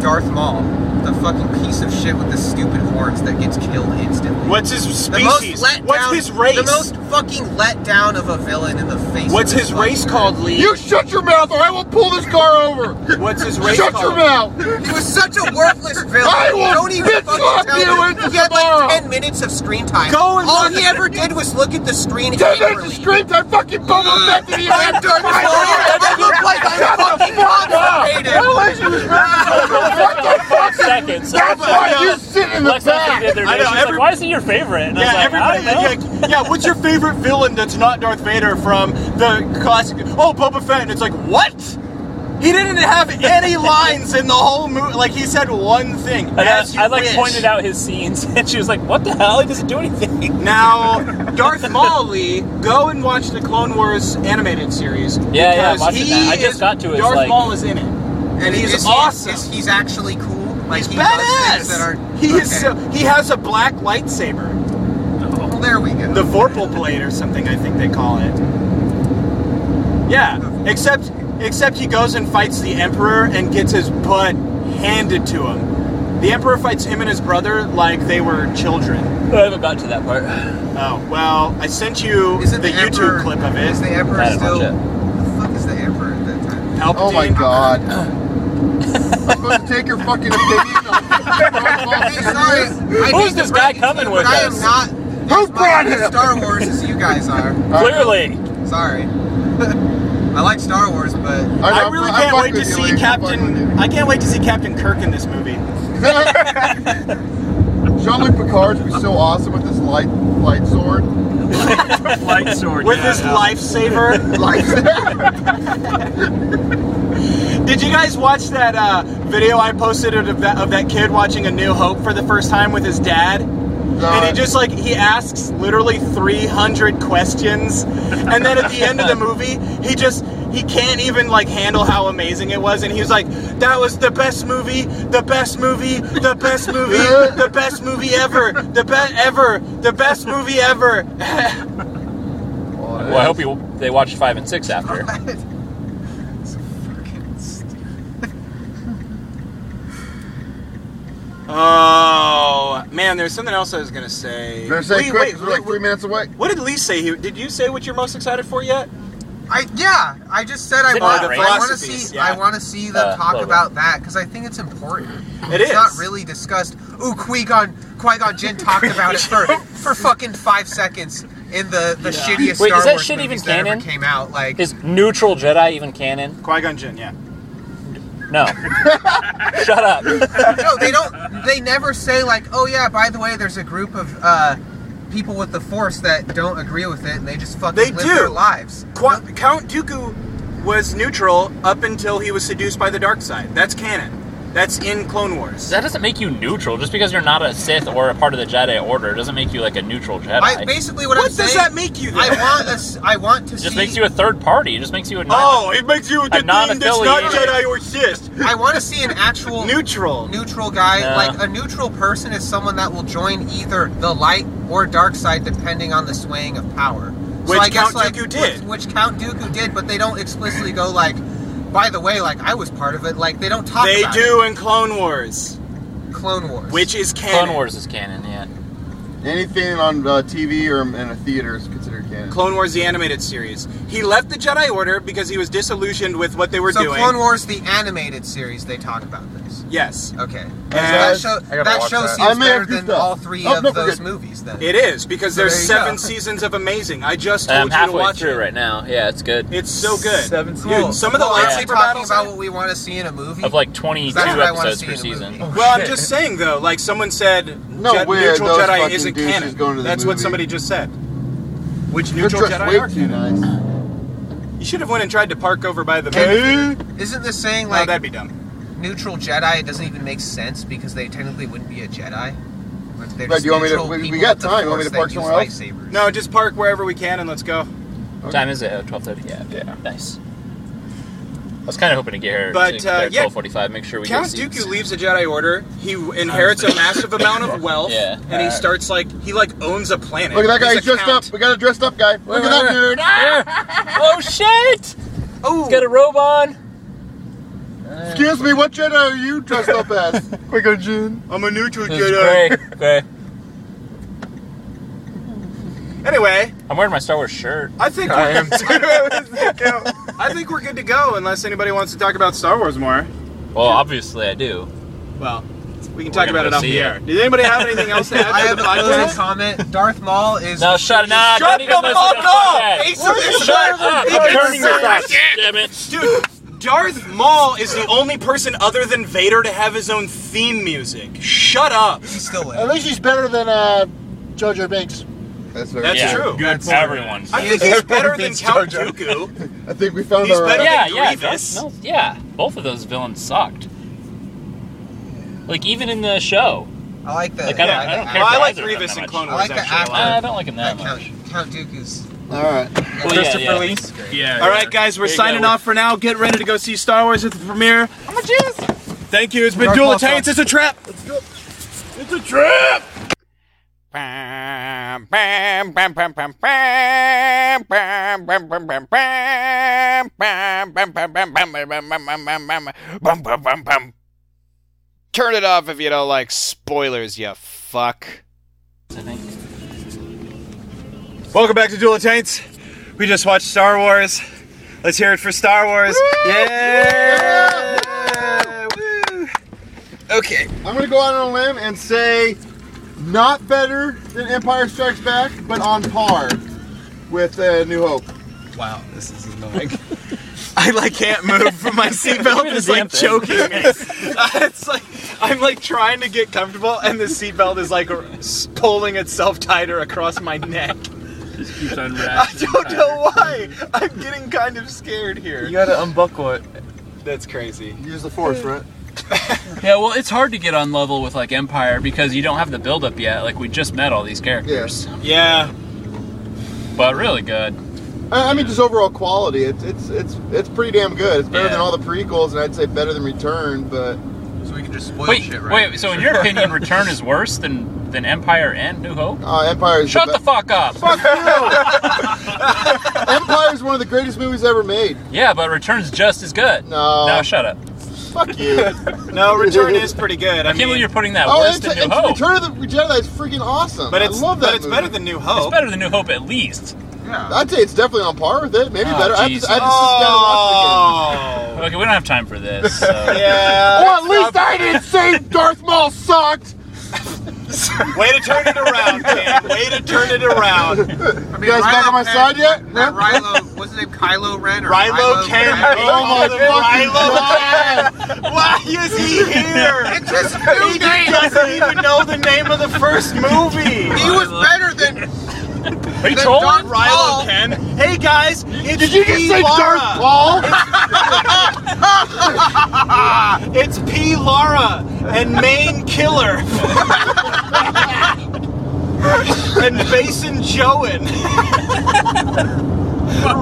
[SPEAKER 2] Darth Maul, the fucking piece of shit with the stupid horns that gets killed instantly.
[SPEAKER 5] What's his
[SPEAKER 2] The most
[SPEAKER 5] species?
[SPEAKER 2] let
[SPEAKER 5] What's
[SPEAKER 2] down,
[SPEAKER 5] his race?
[SPEAKER 2] The most fucking let down of a villain in the face.
[SPEAKER 5] What's
[SPEAKER 2] of
[SPEAKER 5] his
[SPEAKER 2] fucking
[SPEAKER 5] race called, Lee?
[SPEAKER 4] You shut your mouth, or I will pull this car over.
[SPEAKER 5] What's his race
[SPEAKER 4] shut
[SPEAKER 5] called?
[SPEAKER 4] your mouth.
[SPEAKER 2] He was such a worthless villain.
[SPEAKER 4] I will
[SPEAKER 2] Don't even
[SPEAKER 4] bitch
[SPEAKER 2] fucking
[SPEAKER 4] slap
[SPEAKER 2] tell
[SPEAKER 4] you
[SPEAKER 2] me.
[SPEAKER 4] into
[SPEAKER 2] He had
[SPEAKER 4] tomorrow.
[SPEAKER 2] like ten minutes of screen time.
[SPEAKER 5] Go and
[SPEAKER 2] All
[SPEAKER 5] look.
[SPEAKER 2] he ever did was look at the screen.
[SPEAKER 4] Ten minutes
[SPEAKER 2] angrily.
[SPEAKER 4] of screen time. Fucking Boba Fett to the
[SPEAKER 2] I'm
[SPEAKER 4] end.
[SPEAKER 2] Darth Maul. I look like I'm fucking complicated.
[SPEAKER 3] Seconds.
[SPEAKER 4] That's why you sit in the
[SPEAKER 3] Lex Luthor
[SPEAKER 4] back.
[SPEAKER 3] did their
[SPEAKER 5] I
[SPEAKER 3] day.
[SPEAKER 5] know,
[SPEAKER 3] She's
[SPEAKER 5] every-
[SPEAKER 3] like, why is he your favorite? And
[SPEAKER 5] Yeah,
[SPEAKER 3] I was like, I
[SPEAKER 5] everybody.
[SPEAKER 3] don't know.
[SPEAKER 5] like, yeah, what's your favorite villain that's not Darth Vader from the classic? Oh, Boba Fett. And it's like, what? He didn't have any lines in the whole movie. Like he said one thing.
[SPEAKER 3] And
[SPEAKER 5] as you
[SPEAKER 3] I, I like
[SPEAKER 5] wish.
[SPEAKER 3] pointed out his scenes, and she was like, "What the hell? He doesn't do anything."
[SPEAKER 5] Now, Darth Maul, Lee, go and watch the Clone Wars animated series.
[SPEAKER 3] Yeah, yeah, I'm
[SPEAKER 5] because
[SPEAKER 3] watching
[SPEAKER 5] he
[SPEAKER 3] that. I just
[SPEAKER 5] is-
[SPEAKER 3] got to it,
[SPEAKER 5] Darth
[SPEAKER 3] like-
[SPEAKER 5] Maul is in it.
[SPEAKER 2] And
[SPEAKER 5] He's
[SPEAKER 2] is
[SPEAKER 5] awesome.
[SPEAKER 2] He, is he's actually cool. Like
[SPEAKER 5] He's
[SPEAKER 2] he does things
[SPEAKER 5] badass.
[SPEAKER 2] That are,
[SPEAKER 5] he is
[SPEAKER 2] okay.
[SPEAKER 5] so. He has a black lightsaber,
[SPEAKER 2] Well, there we go.
[SPEAKER 5] the Vorpal blade or something. I think they call it. Yeah, except except he goes and fights the Emperor and gets his butt handed to him. The Emperor fights him and his brother like they were children.
[SPEAKER 3] I haven't got to that part.
[SPEAKER 5] Oh well, I sent you
[SPEAKER 2] Isn't
[SPEAKER 5] the, YouTube
[SPEAKER 2] Emperor-
[SPEAKER 5] clip of it.
[SPEAKER 2] Is the emperor
[SPEAKER 3] I didn't watch
[SPEAKER 2] still?
[SPEAKER 3] it.
[SPEAKER 2] The fuck is the emperor at that time?
[SPEAKER 5] Palpatine.
[SPEAKER 4] Oh my god. I'm supposed to take your fucking opinion on
[SPEAKER 2] Hey, sorry. I
[SPEAKER 3] Who's
[SPEAKER 2] need to
[SPEAKER 3] this guy
[SPEAKER 2] break it to
[SPEAKER 3] coming
[SPEAKER 2] you,
[SPEAKER 3] with
[SPEAKER 2] But I am
[SPEAKER 3] us?
[SPEAKER 2] not.
[SPEAKER 4] Who
[SPEAKER 2] as much
[SPEAKER 4] brought
[SPEAKER 2] into
[SPEAKER 4] him?
[SPEAKER 2] Star Wars as you guys are.
[SPEAKER 3] Clearly,
[SPEAKER 2] Sorry. I like Star Wars, but
[SPEAKER 5] I really can't
[SPEAKER 4] fuck
[SPEAKER 5] wait to
[SPEAKER 4] with you,
[SPEAKER 5] see
[SPEAKER 4] Lee. I fuck with you.
[SPEAKER 5] Captain. I can't wait to see Captain Kirk in this movie.
[SPEAKER 4] Jean-Luc Picard would be so awesome with his light light sword.
[SPEAKER 6] Light sword.
[SPEAKER 5] with
[SPEAKER 6] yeah,
[SPEAKER 5] this
[SPEAKER 6] yeah.
[SPEAKER 5] lifesaver. Did you guys watch that uh, video I posted of that, of that kid watching A New Hope for the first time with his dad? and
[SPEAKER 4] Uh,
[SPEAKER 5] he just like he asks literally 300 questions, and then at the end of the movie, he just he can't even like handle how amazing it was, and he was like, "That was the best movie, the best movie, the best movie, the best movie ever, the best ever, the best movie ever."
[SPEAKER 3] well, I hope you, they watched five and six after.
[SPEAKER 5] Oh man, there's something else I was gonna say.
[SPEAKER 4] They're saying
[SPEAKER 5] Wait,
[SPEAKER 4] quick,
[SPEAKER 5] wait,
[SPEAKER 4] 'cause we're like
[SPEAKER 5] wait,
[SPEAKER 4] three minutes away.
[SPEAKER 5] What did Lee say? He did you say what you're most excited for yet?
[SPEAKER 2] I yeah. I just said I
[SPEAKER 3] it
[SPEAKER 2] want.
[SPEAKER 3] not
[SPEAKER 2] I want to
[SPEAKER 5] philosophies?
[SPEAKER 2] see.
[SPEAKER 5] Yeah.
[SPEAKER 2] I want to see them
[SPEAKER 3] Uh,
[SPEAKER 2] talk
[SPEAKER 3] Logan.
[SPEAKER 2] about that because I think it's important.
[SPEAKER 5] It
[SPEAKER 2] it's
[SPEAKER 5] is.
[SPEAKER 2] not really discussed. Ooh, Qui Gon. Qui Gon Jinn talked about it for, for fucking five seconds in the, the shittiest
[SPEAKER 3] Wait,
[SPEAKER 2] Star
[SPEAKER 3] is that
[SPEAKER 2] Wars
[SPEAKER 3] shit even
[SPEAKER 2] movies that ever
[SPEAKER 3] canon?
[SPEAKER 2] came out. Like,
[SPEAKER 3] Is neutral Jedi even canon?
[SPEAKER 5] Qui Gon Jinn, yeah.
[SPEAKER 3] No. Shut up.
[SPEAKER 2] no, they don't. They never say like, oh yeah, by the way, there's a group of uh, people with the Force that don't agree with it, and they just fucking
[SPEAKER 5] They
[SPEAKER 2] live
[SPEAKER 5] do.
[SPEAKER 2] their lives.
[SPEAKER 5] Qua- Count Dooku was neutral up until he was seduced by the dark side. That's canon. That's in Clone Wars.
[SPEAKER 3] That doesn't make you neutral. Just because you're not a Sith or a part of the Jedi Order doesn't make you like a neutral Jedi.
[SPEAKER 2] I, basically, what,
[SPEAKER 5] what
[SPEAKER 2] I'm
[SPEAKER 5] does
[SPEAKER 2] saying,
[SPEAKER 5] that make you? Then?
[SPEAKER 2] I want this. I want to
[SPEAKER 3] it
[SPEAKER 2] see.
[SPEAKER 3] just makes you a third party. It just makes you a
[SPEAKER 5] oh, it makes you the thing that's not
[SPEAKER 3] non-affiliated-
[SPEAKER 5] Jedi or Sith.
[SPEAKER 2] I want to see an actual
[SPEAKER 5] Neutral.
[SPEAKER 2] neutral guy.
[SPEAKER 3] No.
[SPEAKER 2] Like a neutral person is someone that will join either the light or dark side, depending on the swaying of power.
[SPEAKER 5] Which
[SPEAKER 2] so I guess
[SPEAKER 5] Count
[SPEAKER 2] like
[SPEAKER 5] Dooku did.
[SPEAKER 2] Which, which Count Dooku did, but they don't explicitly go like. By the way, like I was part of it. Like they don't talk.
[SPEAKER 5] They
[SPEAKER 2] about
[SPEAKER 5] do in Clone Wars,
[SPEAKER 2] it. Clone Wars.
[SPEAKER 5] which is canon.
[SPEAKER 3] Clone Wars is canon. Yeah.
[SPEAKER 4] Anything on uh, TV or in a theater is considered canon.
[SPEAKER 5] Clone Wars, the animated series. He left the Jedi Order because he was disillusioned with what they were
[SPEAKER 2] so
[SPEAKER 5] doing.
[SPEAKER 2] Clone Wars, the animated series, they talk about this.
[SPEAKER 5] yes,
[SPEAKER 2] Okay. And
[SPEAKER 4] guys,
[SPEAKER 2] that show,
[SPEAKER 7] I gotta
[SPEAKER 2] that
[SPEAKER 7] watch
[SPEAKER 2] show
[SPEAKER 7] that.
[SPEAKER 2] seems
[SPEAKER 4] I may have
[SPEAKER 2] better than
[SPEAKER 4] goofed up.
[SPEAKER 2] all three
[SPEAKER 4] Oh,
[SPEAKER 2] of
[SPEAKER 4] no, we're
[SPEAKER 2] those
[SPEAKER 4] good.
[SPEAKER 2] movies. Then
[SPEAKER 5] it is because there's
[SPEAKER 2] There you
[SPEAKER 5] seven
[SPEAKER 2] go.
[SPEAKER 5] seasons of Amazing. I just told
[SPEAKER 3] I'm
[SPEAKER 5] you to
[SPEAKER 3] halfway
[SPEAKER 5] watch
[SPEAKER 3] through
[SPEAKER 5] it.
[SPEAKER 3] right now. Yeah, it's good.
[SPEAKER 5] It's so good.
[SPEAKER 7] Seven
[SPEAKER 5] Dude, some of the
[SPEAKER 2] well, aren't we
[SPEAKER 5] lightsaber
[SPEAKER 2] talking
[SPEAKER 5] battles.
[SPEAKER 2] about what we want to see in a movie?
[SPEAKER 3] Of like 22
[SPEAKER 2] That's what I wanna
[SPEAKER 3] episodes
[SPEAKER 2] see
[SPEAKER 3] per
[SPEAKER 2] in a movie.
[SPEAKER 3] season.
[SPEAKER 5] well, I'm just saying though, like someone said,
[SPEAKER 4] No
[SPEAKER 5] Je-
[SPEAKER 4] way
[SPEAKER 5] neutral
[SPEAKER 4] those
[SPEAKER 5] Jedi
[SPEAKER 4] fucking
[SPEAKER 5] isn't
[SPEAKER 4] douches
[SPEAKER 5] canon.
[SPEAKER 4] going to the
[SPEAKER 5] That's what
[SPEAKER 4] movie.
[SPEAKER 5] somebody just said. Which
[SPEAKER 4] They're
[SPEAKER 5] neutral
[SPEAKER 4] just
[SPEAKER 5] Jedi
[SPEAKER 4] way
[SPEAKER 5] are?
[SPEAKER 4] too nice.
[SPEAKER 5] You should have went and tried to park over by the.
[SPEAKER 2] Isn't this saying
[SPEAKER 5] No,
[SPEAKER 2] like
[SPEAKER 5] that'd be dumb.
[SPEAKER 2] neutral Jedi? It doesn't even make sense because they technically wouldn't be a Jedi. Like, they're
[SPEAKER 4] Right,
[SPEAKER 2] just
[SPEAKER 4] do you want me to-
[SPEAKER 2] neutral
[SPEAKER 4] we- we
[SPEAKER 2] people
[SPEAKER 4] got
[SPEAKER 2] with the
[SPEAKER 4] time. You want me
[SPEAKER 2] Force
[SPEAKER 4] to
[SPEAKER 2] that
[SPEAKER 4] park
[SPEAKER 2] use
[SPEAKER 4] somewhere else?
[SPEAKER 2] lightsabers.
[SPEAKER 5] No, just park wherever we can and let's go.
[SPEAKER 3] What time is it? Oh, 12.30. Yeah, yeah. Nice. I was kind of hoping to get here
[SPEAKER 5] But,
[SPEAKER 3] to-
[SPEAKER 5] uh,
[SPEAKER 3] at
[SPEAKER 5] yeah.
[SPEAKER 3] 12.45, make sure we
[SPEAKER 5] Count
[SPEAKER 3] get seats.
[SPEAKER 5] Dooku leaves the Jedi Order. He inherits a massive amount of wealth,
[SPEAKER 3] Yeah.
[SPEAKER 5] and he starts like he like owns a planet.
[SPEAKER 4] Look at that guy.
[SPEAKER 5] He's
[SPEAKER 4] He's
[SPEAKER 5] a
[SPEAKER 4] dressed
[SPEAKER 5] count.
[SPEAKER 4] up. We got a dressed up guy. Look at that dude.
[SPEAKER 3] Oh, shit!
[SPEAKER 5] Oh,
[SPEAKER 3] Got a robe on.
[SPEAKER 4] Excuse me. What Jedi are you dressed up as? Quick on June.
[SPEAKER 5] I'm a neutral
[SPEAKER 3] This is great. great.
[SPEAKER 5] Anyway,
[SPEAKER 3] I'm wearing my Star Wars shirt.
[SPEAKER 5] I think I am too. I think we're good to go unless anybody wants to talk about Star Wars more.
[SPEAKER 3] Well, obviously I do.
[SPEAKER 5] Well, we
[SPEAKER 3] We're
[SPEAKER 5] can talk about
[SPEAKER 3] gonna
[SPEAKER 5] it off
[SPEAKER 3] see
[SPEAKER 5] the
[SPEAKER 3] it.
[SPEAKER 5] air. Does anybody have anything else to add to
[SPEAKER 2] I have
[SPEAKER 5] the
[SPEAKER 2] a closing
[SPEAKER 5] podcast?
[SPEAKER 2] comment. Darth Maul is
[SPEAKER 3] No, shut it up.
[SPEAKER 5] Shut the fuck up! Ace of this
[SPEAKER 3] Shut up! I'm turning this off. Damn it.
[SPEAKER 5] Dude, Darth Maul is the only person other than Vader to have his own theme music. Shut up.
[SPEAKER 2] he's still in.
[SPEAKER 7] At least he's better than uh, JoJo Binks.
[SPEAKER 4] That's very
[SPEAKER 5] That's
[SPEAKER 4] true.
[SPEAKER 5] true.
[SPEAKER 3] Good for everyone.
[SPEAKER 5] I think he's better than Count Dooku.
[SPEAKER 4] I think we found
[SPEAKER 5] He's
[SPEAKER 4] our.
[SPEAKER 5] better-
[SPEAKER 4] Uh,
[SPEAKER 3] yeah,
[SPEAKER 5] than
[SPEAKER 3] yeah,
[SPEAKER 5] Grievous.
[SPEAKER 3] Darth Maul- yeah. Both of those villains sucked. Like even in the show,
[SPEAKER 2] I like the.
[SPEAKER 3] Like, I don't-
[SPEAKER 2] yeah,
[SPEAKER 3] I don't
[SPEAKER 2] the-
[SPEAKER 3] care
[SPEAKER 5] Well, I
[SPEAKER 3] about
[SPEAKER 5] like
[SPEAKER 3] either of
[SPEAKER 5] Grievous
[SPEAKER 3] them
[SPEAKER 5] and
[SPEAKER 3] much.
[SPEAKER 5] Clone
[SPEAKER 2] I
[SPEAKER 5] Wars
[SPEAKER 2] like the
[SPEAKER 5] actually. a lot.
[SPEAKER 3] I don't like him that
[SPEAKER 2] Count,
[SPEAKER 3] much.
[SPEAKER 2] Count, Count Dooku's.
[SPEAKER 4] all right.
[SPEAKER 3] Well, yeah,
[SPEAKER 5] Christopher
[SPEAKER 3] yeah.
[SPEAKER 5] Lee.
[SPEAKER 6] Yeah.
[SPEAKER 5] All right, guys, we're
[SPEAKER 3] There you
[SPEAKER 5] signing
[SPEAKER 3] go.
[SPEAKER 5] off for now. Get ready to go see Star Wars at the premiere. Thank you. It's been
[SPEAKER 2] Dark
[SPEAKER 5] Duel of
[SPEAKER 2] Maul's
[SPEAKER 5] Tanks.
[SPEAKER 2] gone.
[SPEAKER 5] It's a trap.
[SPEAKER 6] It's a trap.
[SPEAKER 1] Bam, bam, bam, bam, bam, bam, bam, bam, bam, bam, bam, bam, bam, bam, bam, bam, bam, bam, bam, bam, bam, bam, bam, bam, bam, bam. Turn it off if you don't like spoilers, you fuck.
[SPEAKER 3] I think.
[SPEAKER 5] Welcome back to Duel of Taints. We just watched Star Wars. Let's hear it for Star Wars. Yeah! Woo. Okay.
[SPEAKER 4] I'm gonna go out on a limb and say, not better than Empire Strikes Back, but on par with uh, New Hope.
[SPEAKER 5] Wow, this is annoying. I like can't move from my seatbelt. It's like choking me. it's like I'm like trying to get comfortable, and the seatbelt is like r- s- pulling itself tighter across my neck.
[SPEAKER 6] Keeps on
[SPEAKER 5] I don't know why. I'm getting kind of scared here.
[SPEAKER 7] gotta unbuckle it.
[SPEAKER 5] That's crazy.
[SPEAKER 4] Use the Force, right?
[SPEAKER 3] Yeah, well, it's hard to get on level with like Empire because you don't have the build up yet. Like we just met all these characters,
[SPEAKER 5] Yeah.
[SPEAKER 3] but really good.
[SPEAKER 4] I I mean, just overall quality. It's it's it's it's pretty damn good. It's better
[SPEAKER 3] Yeah.
[SPEAKER 4] than all the prequels, and I'd say better than Return. But
[SPEAKER 2] So we can just spoil
[SPEAKER 3] Wait,
[SPEAKER 2] shit, right?
[SPEAKER 3] wait. So in your opinion, Return is worse than than Empire and New Hope?
[SPEAKER 4] uh, Empire is
[SPEAKER 3] Shut
[SPEAKER 4] the
[SPEAKER 3] the
[SPEAKER 4] best.
[SPEAKER 3] fuck up.
[SPEAKER 4] Empire is one of the greatest movies ever made.
[SPEAKER 3] Yeah, but Return's just as good.
[SPEAKER 4] No.
[SPEAKER 3] No, shut up.
[SPEAKER 4] Fuck you.
[SPEAKER 5] No, Return is pretty good. I,
[SPEAKER 3] I can't
[SPEAKER 5] mean,
[SPEAKER 3] believe you're putting that
[SPEAKER 4] oh,
[SPEAKER 3] worse
[SPEAKER 4] and,
[SPEAKER 3] than
[SPEAKER 4] t-
[SPEAKER 3] New
[SPEAKER 4] and
[SPEAKER 3] Hope.
[SPEAKER 4] Return of the Jedi is freaking awesome.
[SPEAKER 5] but it's
[SPEAKER 4] I love that.
[SPEAKER 5] but it's
[SPEAKER 4] movie.
[SPEAKER 5] better than New
[SPEAKER 3] It's
[SPEAKER 5] Hope.
[SPEAKER 3] better than New Hope at least.
[SPEAKER 2] Yeah.
[SPEAKER 4] I'd say it's definitely on par with it. Maybe
[SPEAKER 3] Oh,
[SPEAKER 4] better. I have,
[SPEAKER 3] Jesus.
[SPEAKER 4] to, I have to sit down and watch it again.
[SPEAKER 5] Oh.
[SPEAKER 3] Okay, we don't have time for this. So.
[SPEAKER 5] Yeah.
[SPEAKER 4] Well, at least I didn't say Darth Maul sucked.
[SPEAKER 5] Way to turn it around, man. Way to turn it around.
[SPEAKER 2] I mean,
[SPEAKER 4] You guys back
[SPEAKER 2] Rilo
[SPEAKER 4] on my
[SPEAKER 2] Ken-
[SPEAKER 4] side yet?
[SPEAKER 2] uh, Rilo, what's his name? Kylo Ren or
[SPEAKER 5] Rilo Ken.
[SPEAKER 4] Oh my
[SPEAKER 5] Rilo Ken. Why is he here?
[SPEAKER 2] It's his new
[SPEAKER 5] He
[SPEAKER 2] name.
[SPEAKER 5] doesn't even know the name of the first movie.
[SPEAKER 2] He was better than
[SPEAKER 3] Are you
[SPEAKER 2] Then
[SPEAKER 3] trolling? Oh.
[SPEAKER 2] Don- Paul.
[SPEAKER 5] Rilo Ken. Hey guys, it's
[SPEAKER 4] Did you just
[SPEAKER 5] P.
[SPEAKER 4] say
[SPEAKER 5] Lara.
[SPEAKER 4] Darth Paul?
[SPEAKER 5] It's P. Lara and Main Killer. and Basin Joan.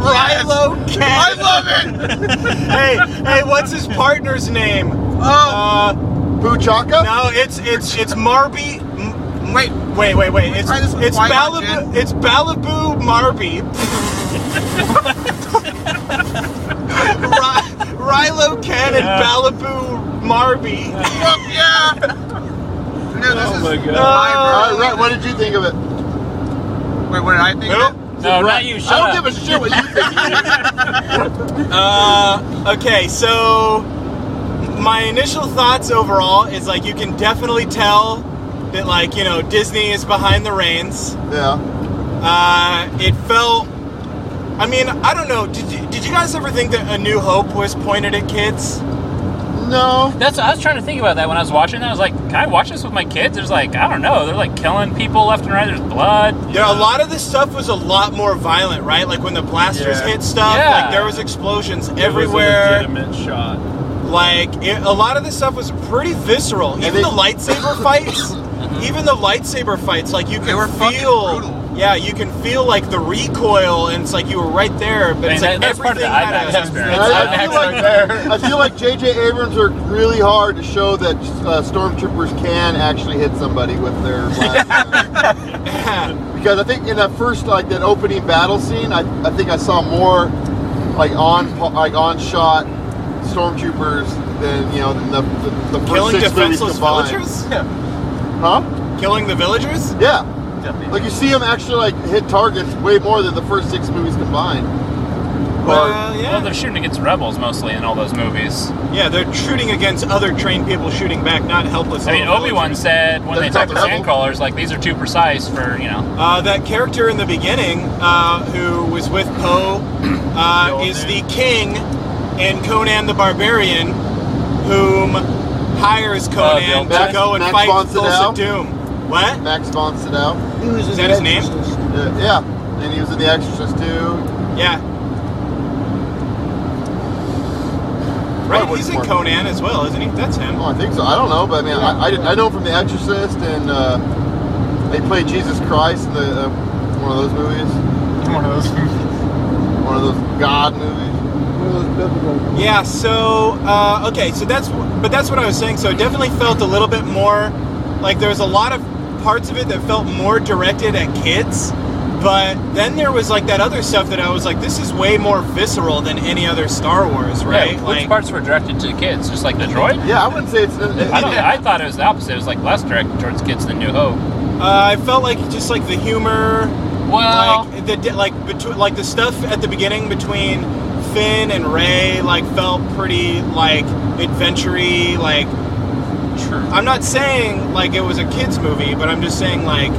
[SPEAKER 5] Rilo Ken.
[SPEAKER 2] I love it.
[SPEAKER 5] hey, hey, what's his partner's name?
[SPEAKER 2] Oh
[SPEAKER 5] Uh,
[SPEAKER 4] Poochaka?
[SPEAKER 5] no, it's it's it's Marby. M-
[SPEAKER 2] wait,
[SPEAKER 5] Wait, wait, wait. It's
[SPEAKER 2] Try this with
[SPEAKER 5] it's
[SPEAKER 2] Qui-Gon
[SPEAKER 5] Malibu.
[SPEAKER 2] Jinn.
[SPEAKER 5] It's Malibu Marby. Ry- Rilo Ken and Malibu Marby.
[SPEAKER 2] fuck yeah. No, this
[SPEAKER 6] Oh
[SPEAKER 2] is
[SPEAKER 6] my God.
[SPEAKER 4] All
[SPEAKER 2] my
[SPEAKER 4] right, what did you think of it?
[SPEAKER 2] version. Wait, what did I think? of it?
[SPEAKER 3] No, not you. Shut
[SPEAKER 4] I
[SPEAKER 3] up.
[SPEAKER 4] don't give a shit what you think.
[SPEAKER 5] Uh, okay, so my initial thoughts overall is like you can definitely tell that like you know Disney is behind the reins.
[SPEAKER 4] yeah.
[SPEAKER 5] Uh, it felt. I mean, I don't know. Did you, did you guys ever think that A New Hope was pointed at kids?
[SPEAKER 4] No.
[SPEAKER 3] That's. I was trying to think about that when I was watching. it. I was like, can I watch this with my kids? There's like, I don't know. They're like killing people left and right. There's blood.
[SPEAKER 5] Yeah, a lot of this stuff was a lot more violent, right? Like when the blasters
[SPEAKER 6] Yeah.
[SPEAKER 5] hit stuff,
[SPEAKER 3] Yeah.
[SPEAKER 5] like there was explosions
[SPEAKER 6] It was
[SPEAKER 5] everywhere.
[SPEAKER 6] a legitimate shot.
[SPEAKER 5] Like it, a lot of this stuff was pretty visceral. Even
[SPEAKER 4] they-
[SPEAKER 5] the lightsaber fights, even the lightsaber fights, like you
[SPEAKER 2] They
[SPEAKER 5] can
[SPEAKER 2] were fucking
[SPEAKER 5] feel.
[SPEAKER 2] brutal.
[SPEAKER 5] Yeah, you can feel like the recoil, and it's like you were right there, but
[SPEAKER 3] Man,
[SPEAKER 5] it's like
[SPEAKER 3] that- that's part of
[SPEAKER 5] everything
[SPEAKER 3] the IMAX
[SPEAKER 5] had a.
[SPEAKER 3] experience.
[SPEAKER 4] I, I feel
[SPEAKER 3] IMAX
[SPEAKER 4] like I feel like J.J. Abrams worked really hard to show that uh, stormtroopers can actually hit somebody with their blaster. because I think in that first like that opening battle scene, I, I think I saw more like on like on shot stormtroopers than you know than the the, the first
[SPEAKER 5] Killing
[SPEAKER 4] six movies
[SPEAKER 5] defenseless
[SPEAKER 4] combined.
[SPEAKER 5] villagers.
[SPEAKER 4] Huh?
[SPEAKER 5] Killing the villagers.
[SPEAKER 4] Yeah. Like you see them actually like hit targets way more than the first six movies combined.
[SPEAKER 5] Well,
[SPEAKER 3] Well,
[SPEAKER 5] yeah.
[SPEAKER 3] they're shooting against rebels mostly in all those movies.
[SPEAKER 5] yeah, they're shooting against other trained people shooting back, not helpless.
[SPEAKER 3] I mean,
[SPEAKER 5] little
[SPEAKER 3] Obi Wan
[SPEAKER 5] villagers.
[SPEAKER 3] said when they
[SPEAKER 4] That's not
[SPEAKER 3] attacked the
[SPEAKER 4] the rebel.
[SPEAKER 3] sandcrawlers, like these are too precise for you know.
[SPEAKER 5] Uh, that character in the beginning, uh, who was with Poe, uh, is the king in Conan the Barbarian, whom hires
[SPEAKER 3] Uh, the
[SPEAKER 5] Conan
[SPEAKER 3] old
[SPEAKER 5] to
[SPEAKER 4] Max-
[SPEAKER 5] go and
[SPEAKER 4] Max
[SPEAKER 5] fight
[SPEAKER 4] von
[SPEAKER 5] Thulsa
[SPEAKER 4] Sydow?
[SPEAKER 5] Doom. What?
[SPEAKER 4] Max von Sydow.
[SPEAKER 5] Is that his name?
[SPEAKER 4] Uh, yeah, and he was in The Exorcist too.
[SPEAKER 5] Yeah. Right, he's in
[SPEAKER 4] Mark.
[SPEAKER 5] Conan as well, isn't he? That's him.
[SPEAKER 4] Oh, I think so. I don't know, but I mean, I, I, did- I know him from The Exorcist, and uh, they played Jesus Christ in the uh, one of those movies,
[SPEAKER 7] One of those.
[SPEAKER 4] one of those God movies.
[SPEAKER 7] One of those biblical.
[SPEAKER 5] Yeah. So uh, okay. So that's but that's what I was saying. So it definitely felt a little bit more like there was a lot of parts of it that felt more directed at kids. But then there was like that other stuff that I was like, this is way more visceral than any other Star Wars,
[SPEAKER 3] Yeah,
[SPEAKER 5] right?
[SPEAKER 3] which
[SPEAKER 5] like,
[SPEAKER 3] parts were directed to kids? Just like the droid?
[SPEAKER 4] Yeah, I wouldn't say it's. It,
[SPEAKER 3] I don't know. I thought it was the opposite. It was like less directed towards kids than New Hope.
[SPEAKER 5] uh, I felt like just like the humor,
[SPEAKER 3] Well,
[SPEAKER 5] like the like between like the stuff at the beginning between Finn and Ray, like felt pretty like adventure-y, like
[SPEAKER 3] true.
[SPEAKER 5] I'm not saying like it was a kids movie, but I'm just saying like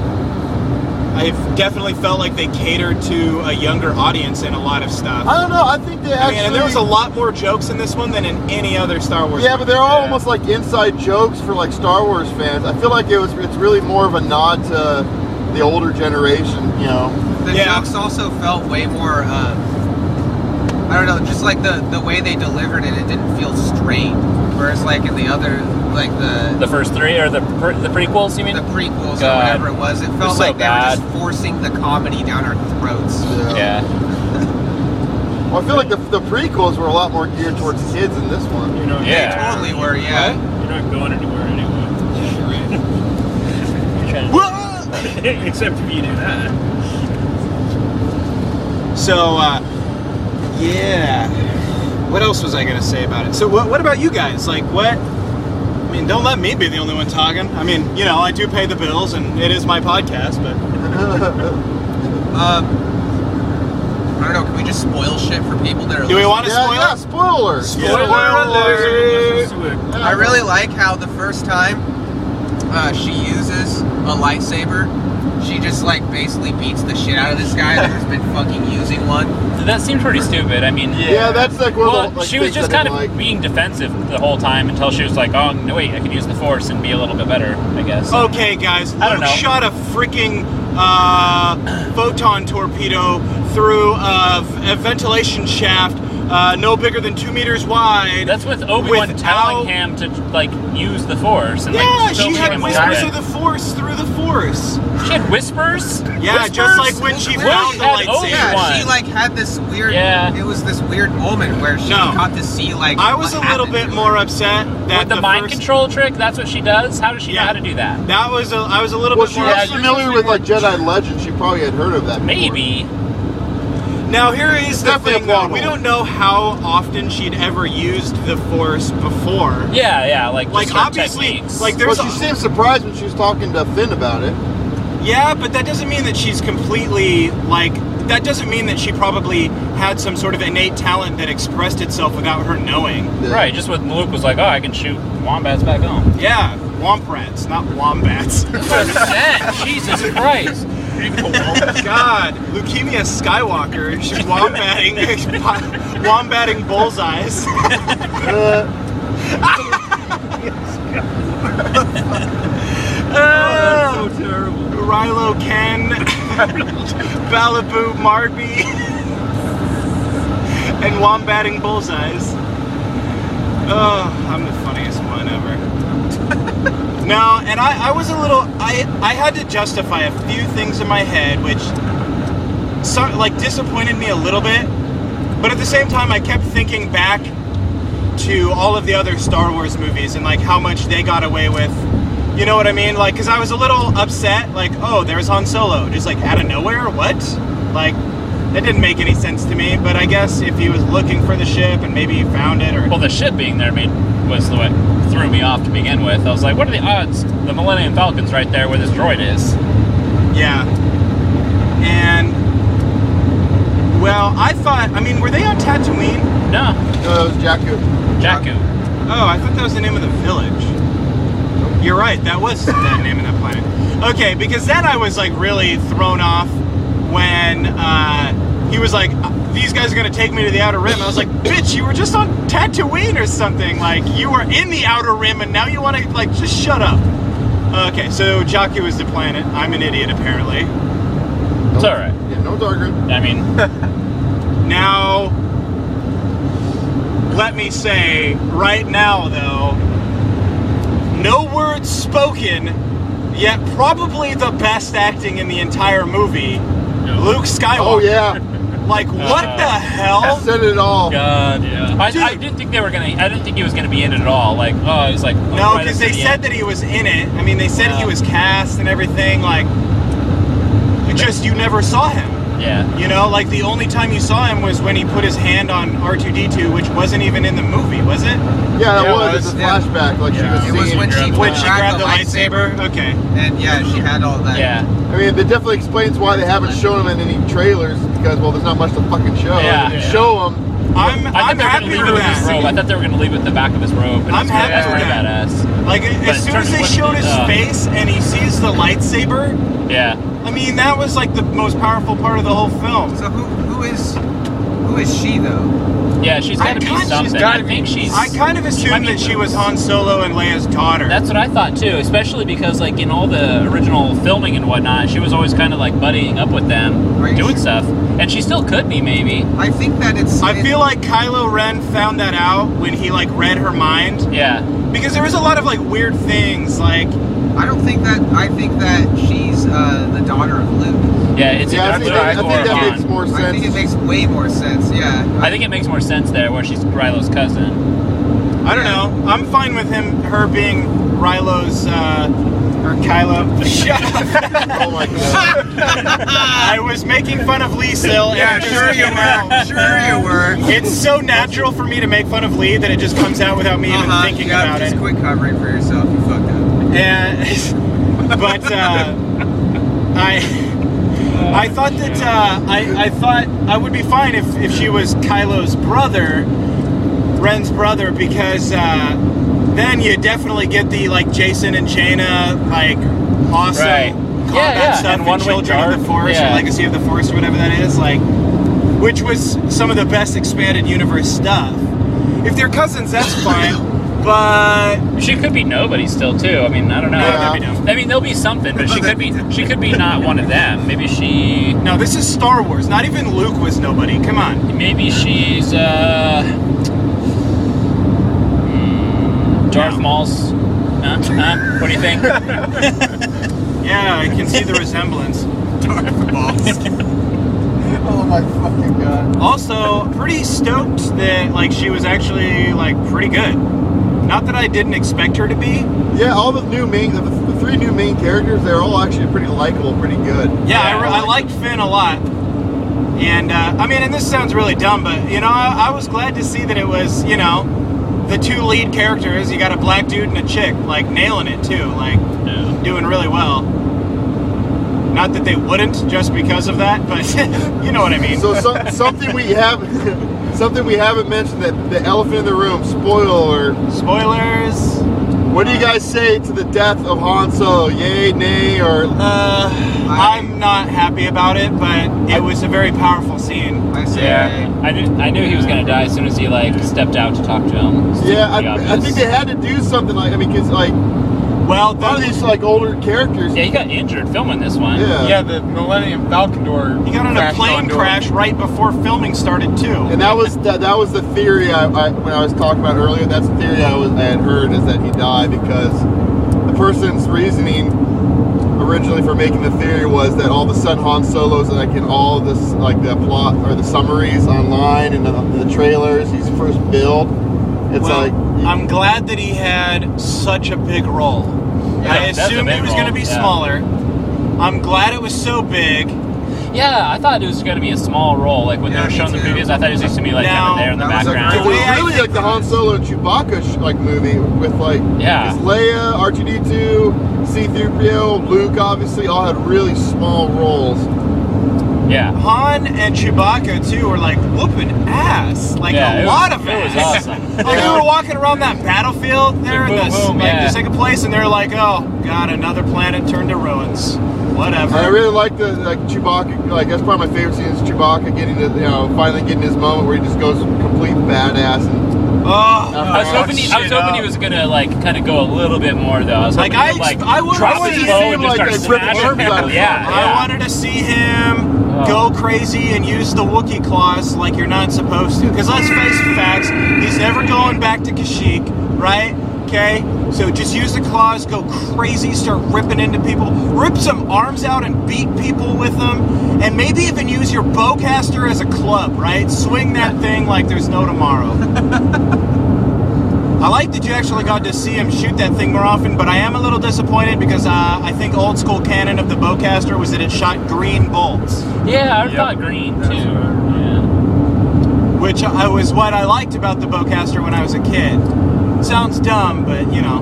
[SPEAKER 5] I've definitely felt like they catered to a younger audience in a lot of stuff.
[SPEAKER 4] I don't know. I think they
[SPEAKER 5] I
[SPEAKER 4] actually.
[SPEAKER 5] mean, and there was a lot more jokes in this one than in any other Star Wars.
[SPEAKER 4] Yeah, but they're all
[SPEAKER 6] Yeah.
[SPEAKER 4] almost like inside jokes for like Star Wars fans. I feel like it was. It's really more of a nod to the older generation. You know.
[SPEAKER 2] The
[SPEAKER 5] Yeah.
[SPEAKER 2] jokes also felt way more. Um, I don't know, just like the the way they delivered it, it didn't feel strained. Whereas like in the other, like the
[SPEAKER 3] The first three or the pre- the prequels? You
[SPEAKER 2] the,
[SPEAKER 3] mean?
[SPEAKER 2] prequels
[SPEAKER 3] God.
[SPEAKER 2] or whatever it was, it felt
[SPEAKER 3] so
[SPEAKER 2] like they
[SPEAKER 3] bad.
[SPEAKER 2] were just forcing the comedy down our throats.
[SPEAKER 3] yeah.
[SPEAKER 4] Well, I feel like the, the prequels were a lot more geared towards kids than this one.
[SPEAKER 6] You're not,
[SPEAKER 3] Yeah.
[SPEAKER 2] Totally were, yeah.
[SPEAKER 6] You're not going anywhere anyway. Except if you do that.
[SPEAKER 5] So, uh, yeah. What else was I gonna say about it? So, what, what about you guys? Like, what? I mean, don't let me be the only one talking. I mean, you know, I do pay the bills, and it is my podcast, but
[SPEAKER 2] Um, I don't know. Can we just spoil shit for people that are?
[SPEAKER 5] do we
[SPEAKER 2] listening?
[SPEAKER 5] want to
[SPEAKER 4] yeah,
[SPEAKER 5] spoil?
[SPEAKER 4] yeah, spoilers.
[SPEAKER 5] Spoiler alert!
[SPEAKER 6] Let's do it.
[SPEAKER 2] I really like how the first time uh, she uses a lightsaber, she just like basically beats the shit out of this guy who's been fucking using one.
[SPEAKER 3] That seems pretty stupid. I mean,
[SPEAKER 4] Yeah, that's like one
[SPEAKER 3] Well,
[SPEAKER 4] of the like,
[SPEAKER 3] she was
[SPEAKER 4] things
[SPEAKER 3] just
[SPEAKER 4] I
[SPEAKER 3] kind of
[SPEAKER 4] didn't like.
[SPEAKER 3] being defensive the whole time until she was like, "Oh no, wait, I can use the force and be a little bit better." I guess.
[SPEAKER 5] Okay, guys.
[SPEAKER 3] I don't
[SPEAKER 5] Luke
[SPEAKER 3] know.
[SPEAKER 5] shot a freaking uh, photon torpedo through a, v- a ventilation shaft uh, no bigger than two meters wide.
[SPEAKER 3] That's with Obi Wan
[SPEAKER 5] Without-
[SPEAKER 3] telling him to like use the force and
[SPEAKER 5] yeah,
[SPEAKER 3] like
[SPEAKER 5] she
[SPEAKER 3] filtering
[SPEAKER 5] had
[SPEAKER 3] him
[SPEAKER 5] whispers
[SPEAKER 3] away.
[SPEAKER 5] of the force through the force.
[SPEAKER 3] She had whispers.
[SPEAKER 5] Yeah,
[SPEAKER 3] whispers?
[SPEAKER 5] just like when she
[SPEAKER 2] Well,
[SPEAKER 5] found the
[SPEAKER 3] had Obi-Wan.
[SPEAKER 5] lightsaber.
[SPEAKER 2] Yeah,
[SPEAKER 3] One.
[SPEAKER 2] she like had this weird.
[SPEAKER 3] Yeah.
[SPEAKER 2] It was this weird moment where she
[SPEAKER 5] No.
[SPEAKER 2] got to see like.
[SPEAKER 5] I was a
[SPEAKER 2] what
[SPEAKER 5] little
[SPEAKER 2] happened
[SPEAKER 5] bit
[SPEAKER 2] to her.
[SPEAKER 5] more upset that
[SPEAKER 3] With the, mind
[SPEAKER 5] first-
[SPEAKER 3] control trick, that's what she does. How does she
[SPEAKER 5] Yeah.
[SPEAKER 3] know how to do that?
[SPEAKER 5] That was a, I was a little
[SPEAKER 4] Well,
[SPEAKER 5] bit
[SPEAKER 4] she
[SPEAKER 5] more.
[SPEAKER 4] was
[SPEAKER 3] Yeah,
[SPEAKER 4] familiar with like Jedi legend. She probably had heard of that. before.
[SPEAKER 3] Maybe.
[SPEAKER 5] Now here is the
[SPEAKER 4] Definitely
[SPEAKER 5] thing
[SPEAKER 4] a
[SPEAKER 5] though.
[SPEAKER 4] plot
[SPEAKER 5] We
[SPEAKER 4] hole.
[SPEAKER 5] don't know how often she'd ever used the force before.
[SPEAKER 3] Yeah, yeah. Like, just
[SPEAKER 5] Like
[SPEAKER 3] certain
[SPEAKER 5] obviously,
[SPEAKER 3] techniques.
[SPEAKER 5] like
[SPEAKER 4] Well,
[SPEAKER 5] there's
[SPEAKER 4] she seemed surprised when she was talking to Finn about it.
[SPEAKER 5] Yeah, but that doesn't mean that she's completely like. That doesn't mean that she probably had some sort of innate talent that expressed itself without her knowing.
[SPEAKER 4] The-
[SPEAKER 3] right. Just when Luke was like, "Oh, I can shoot wombats back home."
[SPEAKER 5] Yeah, womp rats, not wombats.
[SPEAKER 3] Jesus Christ.
[SPEAKER 5] God, leukemia Skywalker. She's wombatting, wombatting bullseyes.
[SPEAKER 4] Uh,
[SPEAKER 5] Oh,
[SPEAKER 6] Oh, So terrible.
[SPEAKER 5] Rilo Ken, Balaboo Marby, and wombatting bullseyes. Oh, I'm the funniest one ever. no, and I, I was a little, I, I had to justify a few things in my head, which so, like disappointed me a little bit. But at the same time, I kept thinking back to all of the other Star Wars movies and like how much they got away with. You know what I mean? Like, because I was a little upset. Like, oh, there's Han Solo, just like out of nowhere. What? Like, that didn't make any sense to me. But I guess if he was looking for the ship and maybe he found it, or
[SPEAKER 3] Well, the ship being there made was the what threw me off to begin with. I was like, "What are the odds? The Millennium Falcon's right there where this droid is."
[SPEAKER 5] yeah. And well, I thought. I mean, were they on Tatooine?
[SPEAKER 3] No,
[SPEAKER 4] no, it was Jakku.
[SPEAKER 3] Jakku.
[SPEAKER 5] Oh, I thought that was the name of the village. You're right. That was the name of that planet. Okay, because then I was like really thrown off when uh, he was like, "These guys are gonna take me to the outer rim." I was like, "Bitch, you were just on Tatooine or something. Like you were in the outer rim, and now you want to like just shut up." Okay, so Jakku is the planet. I'm an idiot apparently.
[SPEAKER 3] It's all right.
[SPEAKER 4] Yeah, no Darker.
[SPEAKER 3] I mean,
[SPEAKER 5] Now, let me say right now, though, no words spoken, yet probably the best acting in the entire movie. Luke Skywalker.
[SPEAKER 4] Oh yeah,
[SPEAKER 5] Like what
[SPEAKER 3] Uh,
[SPEAKER 5] the hell?
[SPEAKER 4] said it all.
[SPEAKER 3] God,
[SPEAKER 6] yeah.
[SPEAKER 3] I, I
[SPEAKER 5] Dude.
[SPEAKER 3] didn't think they were gonna. I didn't think he was gonna be in it at all. Like, oh, he's like. oh,
[SPEAKER 5] No,
[SPEAKER 3] right up to
[SPEAKER 5] because they
[SPEAKER 3] the
[SPEAKER 5] said
[SPEAKER 3] end.
[SPEAKER 5] that he was in it. I mean, they said he
[SPEAKER 3] Yeah.
[SPEAKER 5] was cast and everything. Like, it just you never saw him.
[SPEAKER 3] Yeah.
[SPEAKER 5] You know, like the only time you saw him was when he put his hand on R2D2, which wasn't even in the movie, was it?
[SPEAKER 4] Yeah, it
[SPEAKER 2] Yeah, it
[SPEAKER 4] was.
[SPEAKER 2] was,
[SPEAKER 4] It's a
[SPEAKER 2] yeah.
[SPEAKER 4] flashback. Like
[SPEAKER 6] Yeah.
[SPEAKER 4] she
[SPEAKER 2] It
[SPEAKER 4] was
[SPEAKER 2] was
[SPEAKER 4] seeing.
[SPEAKER 2] when she,
[SPEAKER 5] When she grabbed
[SPEAKER 2] the lightsaber,
[SPEAKER 5] Okay.
[SPEAKER 2] and yeah, she had all that.
[SPEAKER 3] Yeah.
[SPEAKER 4] I mean, that definitely explains why they haven't shown him in any trailers because well, there's not much to fucking show.
[SPEAKER 3] Yeah.
[SPEAKER 4] They didn't show him.
[SPEAKER 5] I'm,
[SPEAKER 3] I
[SPEAKER 5] I'm
[SPEAKER 3] thought they
[SPEAKER 5] happy
[SPEAKER 3] were gonna leave
[SPEAKER 5] for
[SPEAKER 3] it with his robe.
[SPEAKER 5] that.
[SPEAKER 3] I thought they were gonna leave it with the back of his robe. And
[SPEAKER 5] I'm
[SPEAKER 3] it's-
[SPEAKER 5] happy
[SPEAKER 3] That's
[SPEAKER 5] with
[SPEAKER 3] pretty
[SPEAKER 5] that.
[SPEAKER 3] badass.
[SPEAKER 5] Like,
[SPEAKER 3] it
[SPEAKER 5] as soon
[SPEAKER 3] turns
[SPEAKER 5] as they
[SPEAKER 3] with
[SPEAKER 5] showed
[SPEAKER 3] the,
[SPEAKER 5] his
[SPEAKER 3] uh,
[SPEAKER 5] face and he sees the lightsaber,
[SPEAKER 3] Yeah.
[SPEAKER 5] I mean, that was like the most powerful part of the whole film.
[SPEAKER 2] So who who is who is she though?
[SPEAKER 3] Yeah. She's
[SPEAKER 5] I
[SPEAKER 3] gotta be
[SPEAKER 5] kind- she's
[SPEAKER 3] something.
[SPEAKER 5] gotta
[SPEAKER 3] I think she's.
[SPEAKER 5] I kind of assumed
[SPEAKER 3] I mean-
[SPEAKER 5] that she was Han Solo and Leia's daughter.
[SPEAKER 3] That's what I thought too, especially because like in all the original filming and whatnot, she was always kind of like buddying up with them,
[SPEAKER 2] Are you
[SPEAKER 3] doing
[SPEAKER 2] sure?
[SPEAKER 3] stuff, and she still could be maybe.
[SPEAKER 2] I think that it's.
[SPEAKER 5] I feel like Kylo Ren found that out when he like read her mind
[SPEAKER 3] Yeah,
[SPEAKER 5] because there was a lot of like weird things like
[SPEAKER 2] I don't think that. I think that she's uh, the daughter of Luke.
[SPEAKER 3] yeah. It's
[SPEAKER 4] Yeah, I
[SPEAKER 3] either
[SPEAKER 4] think,
[SPEAKER 3] Kylo
[SPEAKER 4] that, I think
[SPEAKER 3] or Han.
[SPEAKER 4] that makes more
[SPEAKER 2] I think it
[SPEAKER 4] sense.
[SPEAKER 2] makes way more sense. Yeah.
[SPEAKER 3] I think it makes more sense there where she's Rylo's cousin.
[SPEAKER 5] I don't know. I'm fine with him, her being Rilo's, uh, or Kylo. Shut up.
[SPEAKER 4] Oh my god.
[SPEAKER 5] I was making fun of Lee Sill. and I just came out.
[SPEAKER 2] Sure you were.
[SPEAKER 5] It's so natural for me to make fun of Lee that it just comes out without me even
[SPEAKER 2] Uh-huh,
[SPEAKER 5] thinking
[SPEAKER 2] you gotta
[SPEAKER 5] about
[SPEAKER 2] just
[SPEAKER 5] it.
[SPEAKER 2] quit covering for yourself. You fucked up.
[SPEAKER 5] And, but uh, I, I thought that uh, I, I thought I would be fine if, if she was Kylo's brother, Ren's brother, because uh, then you definitely get the like Jason and Jaina like awesome
[SPEAKER 3] Right.
[SPEAKER 5] combat
[SPEAKER 3] Yeah, yeah,
[SPEAKER 5] stuff
[SPEAKER 3] and
[SPEAKER 5] in
[SPEAKER 3] One Winged
[SPEAKER 5] Children of the
[SPEAKER 3] Dart,
[SPEAKER 5] Forest
[SPEAKER 3] yeah.
[SPEAKER 5] or Legacy of the Forest or whatever that is like which was some of the best expanded universe stuff. If they're cousins, that's fine, but
[SPEAKER 6] She could be nobody still too. I mean, I don't know.
[SPEAKER 4] Yeah.
[SPEAKER 6] I, mean, there'll be something, but she could be she could be not one of them. Maybe she
[SPEAKER 5] no, this is Star Wars. Not even Luke was nobody. Come on.
[SPEAKER 6] maybe she's uh
[SPEAKER 3] hmm,
[SPEAKER 6] mm, Darth Maul's. Huh? Huh? What do you think?
[SPEAKER 5] Yeah, I can see the resemblance.
[SPEAKER 7] Oh my fucking god.
[SPEAKER 5] Also, pretty stoked that like she was actually like pretty good. Not that I didn't expect her to be.
[SPEAKER 4] Yeah, all the new main, the, the three new main characters, they're all actually pretty likable, pretty good.
[SPEAKER 5] Yeah, I, re- I liked Finn a lot. And uh, I mean, and this sounds really dumb, but you know, I, I was glad to see that it was you know the two lead characters. You got a black dude and a chick, like nailing it too, like
[SPEAKER 6] Yeah.
[SPEAKER 5] doing really well. Not that they wouldn't just because of that, but you know what I mean.
[SPEAKER 4] So, so something we haven't, something we haven't mentioned that the elephant in the room, spoiler.
[SPEAKER 5] Spoilers.
[SPEAKER 4] What do you guys say to the death of Han Solo? Yay, nay, or
[SPEAKER 5] Uh, I'm not happy about it, but it was a very powerful scene.
[SPEAKER 2] I say,
[SPEAKER 6] Yeah, I knew I knew he was gonna die as soon as he like stepped out to talk to him. It's
[SPEAKER 4] yeah?
[SPEAKER 6] pretty
[SPEAKER 4] I, I
[SPEAKER 6] obvious.
[SPEAKER 4] think they had to do something like I mean, because like a
[SPEAKER 5] Well,
[SPEAKER 4] lot of
[SPEAKER 5] the,
[SPEAKER 4] these like older characters.
[SPEAKER 6] Yeah, he got injured filming this one.
[SPEAKER 4] Yeah.
[SPEAKER 7] Yeah, the Millennium Falcon door.
[SPEAKER 5] he got in a
[SPEAKER 7] crashed
[SPEAKER 5] plane
[SPEAKER 7] onto
[SPEAKER 5] crash right before filming started too.
[SPEAKER 4] And that was that, that was the theory I, I when I was talking about earlier. That's the theory I was I had heard is that he died because the person's reasoning originally for making the theory was that all of a sudden Han Solo's like in all this like the plot or the summaries online and the, the trailers. He's first billed. It's
[SPEAKER 5] well,
[SPEAKER 4] like
[SPEAKER 5] I'm glad that he had such a big role. I
[SPEAKER 6] that's a
[SPEAKER 5] assumed
[SPEAKER 6] big
[SPEAKER 5] it was
[SPEAKER 6] role,
[SPEAKER 5] going to be
[SPEAKER 6] yeah.
[SPEAKER 5] smaller. I'm glad it was so big.
[SPEAKER 6] Yeah, I thought it was gonna be a small role. Like when
[SPEAKER 2] Yeah,
[SPEAKER 6] they were
[SPEAKER 2] me
[SPEAKER 6] showing the
[SPEAKER 2] too.
[SPEAKER 6] previous, I thought it was just gonna be like kind
[SPEAKER 5] Now,
[SPEAKER 6] of there in the
[SPEAKER 2] that was a
[SPEAKER 4] it
[SPEAKER 6] background.
[SPEAKER 4] was
[SPEAKER 5] great- way I
[SPEAKER 4] really
[SPEAKER 5] think
[SPEAKER 4] like the Han Solo and Chewbacca sh- like movie with like
[SPEAKER 6] Yeah.
[SPEAKER 4] 'cause Leia, R2D2, C3PO, Luke obviously all had really small roles.
[SPEAKER 6] Yeah,
[SPEAKER 5] Han and Chewbacca too were like whooping ass, like
[SPEAKER 6] yeah,
[SPEAKER 5] a
[SPEAKER 6] it was-
[SPEAKER 5] lot of
[SPEAKER 6] it was
[SPEAKER 5] ass.
[SPEAKER 6] awesome.
[SPEAKER 5] Like we were walking around that battlefield there in
[SPEAKER 6] Boom,
[SPEAKER 5] the,
[SPEAKER 6] boom,
[SPEAKER 5] like,
[SPEAKER 6] yeah.
[SPEAKER 5] the second place, and they're like, "Oh God, another planet turned to ruins." Whatever.
[SPEAKER 4] I really like the like Chewbacca. Like that's probably my favorite scene is Chewbacca getting to you know finally getting his moment where he just goes complete badass. And,
[SPEAKER 5] oh,
[SPEAKER 6] I was hoping he, I was
[SPEAKER 5] shit
[SPEAKER 6] hoping he
[SPEAKER 5] up.
[SPEAKER 6] was gonna like kind of go a little bit more though. I was
[SPEAKER 5] Like,
[SPEAKER 6] hoping
[SPEAKER 5] I
[SPEAKER 6] he'd, like
[SPEAKER 5] ex- I would- I
[SPEAKER 6] drop
[SPEAKER 5] wanted
[SPEAKER 6] his
[SPEAKER 5] to
[SPEAKER 6] phone
[SPEAKER 4] see him,
[SPEAKER 6] and
[SPEAKER 4] like,
[SPEAKER 6] just start
[SPEAKER 4] like, ripping
[SPEAKER 6] smashing
[SPEAKER 4] arms out
[SPEAKER 6] people.
[SPEAKER 4] of
[SPEAKER 6] Yeah,
[SPEAKER 5] I
[SPEAKER 6] yeah.
[SPEAKER 5] wanted to see him
[SPEAKER 6] Oh.
[SPEAKER 5] go crazy and use the Wookiee claws like you're not supposed to. Because let's face the facts, he's never going back to Kashyyyk, right? Okay, so just use the claws, go crazy, start ripping into people, rip some arms out and beat people with them, and maybe even use your bowcaster as a club, right? Swing that thing like there's no tomorrow. I like that you actually got to see him shoot that thing more often, but I am a little disappointed because uh, I think old school canon of the bowcaster was that it shot green bolts,
[SPEAKER 6] Yeah, I
[SPEAKER 7] Yep.
[SPEAKER 6] thought green
[SPEAKER 7] That's
[SPEAKER 6] too.
[SPEAKER 7] what I
[SPEAKER 6] Yeah.
[SPEAKER 5] which I was what I liked about the bowcaster when I was a kid. Sounds dumb, but you know.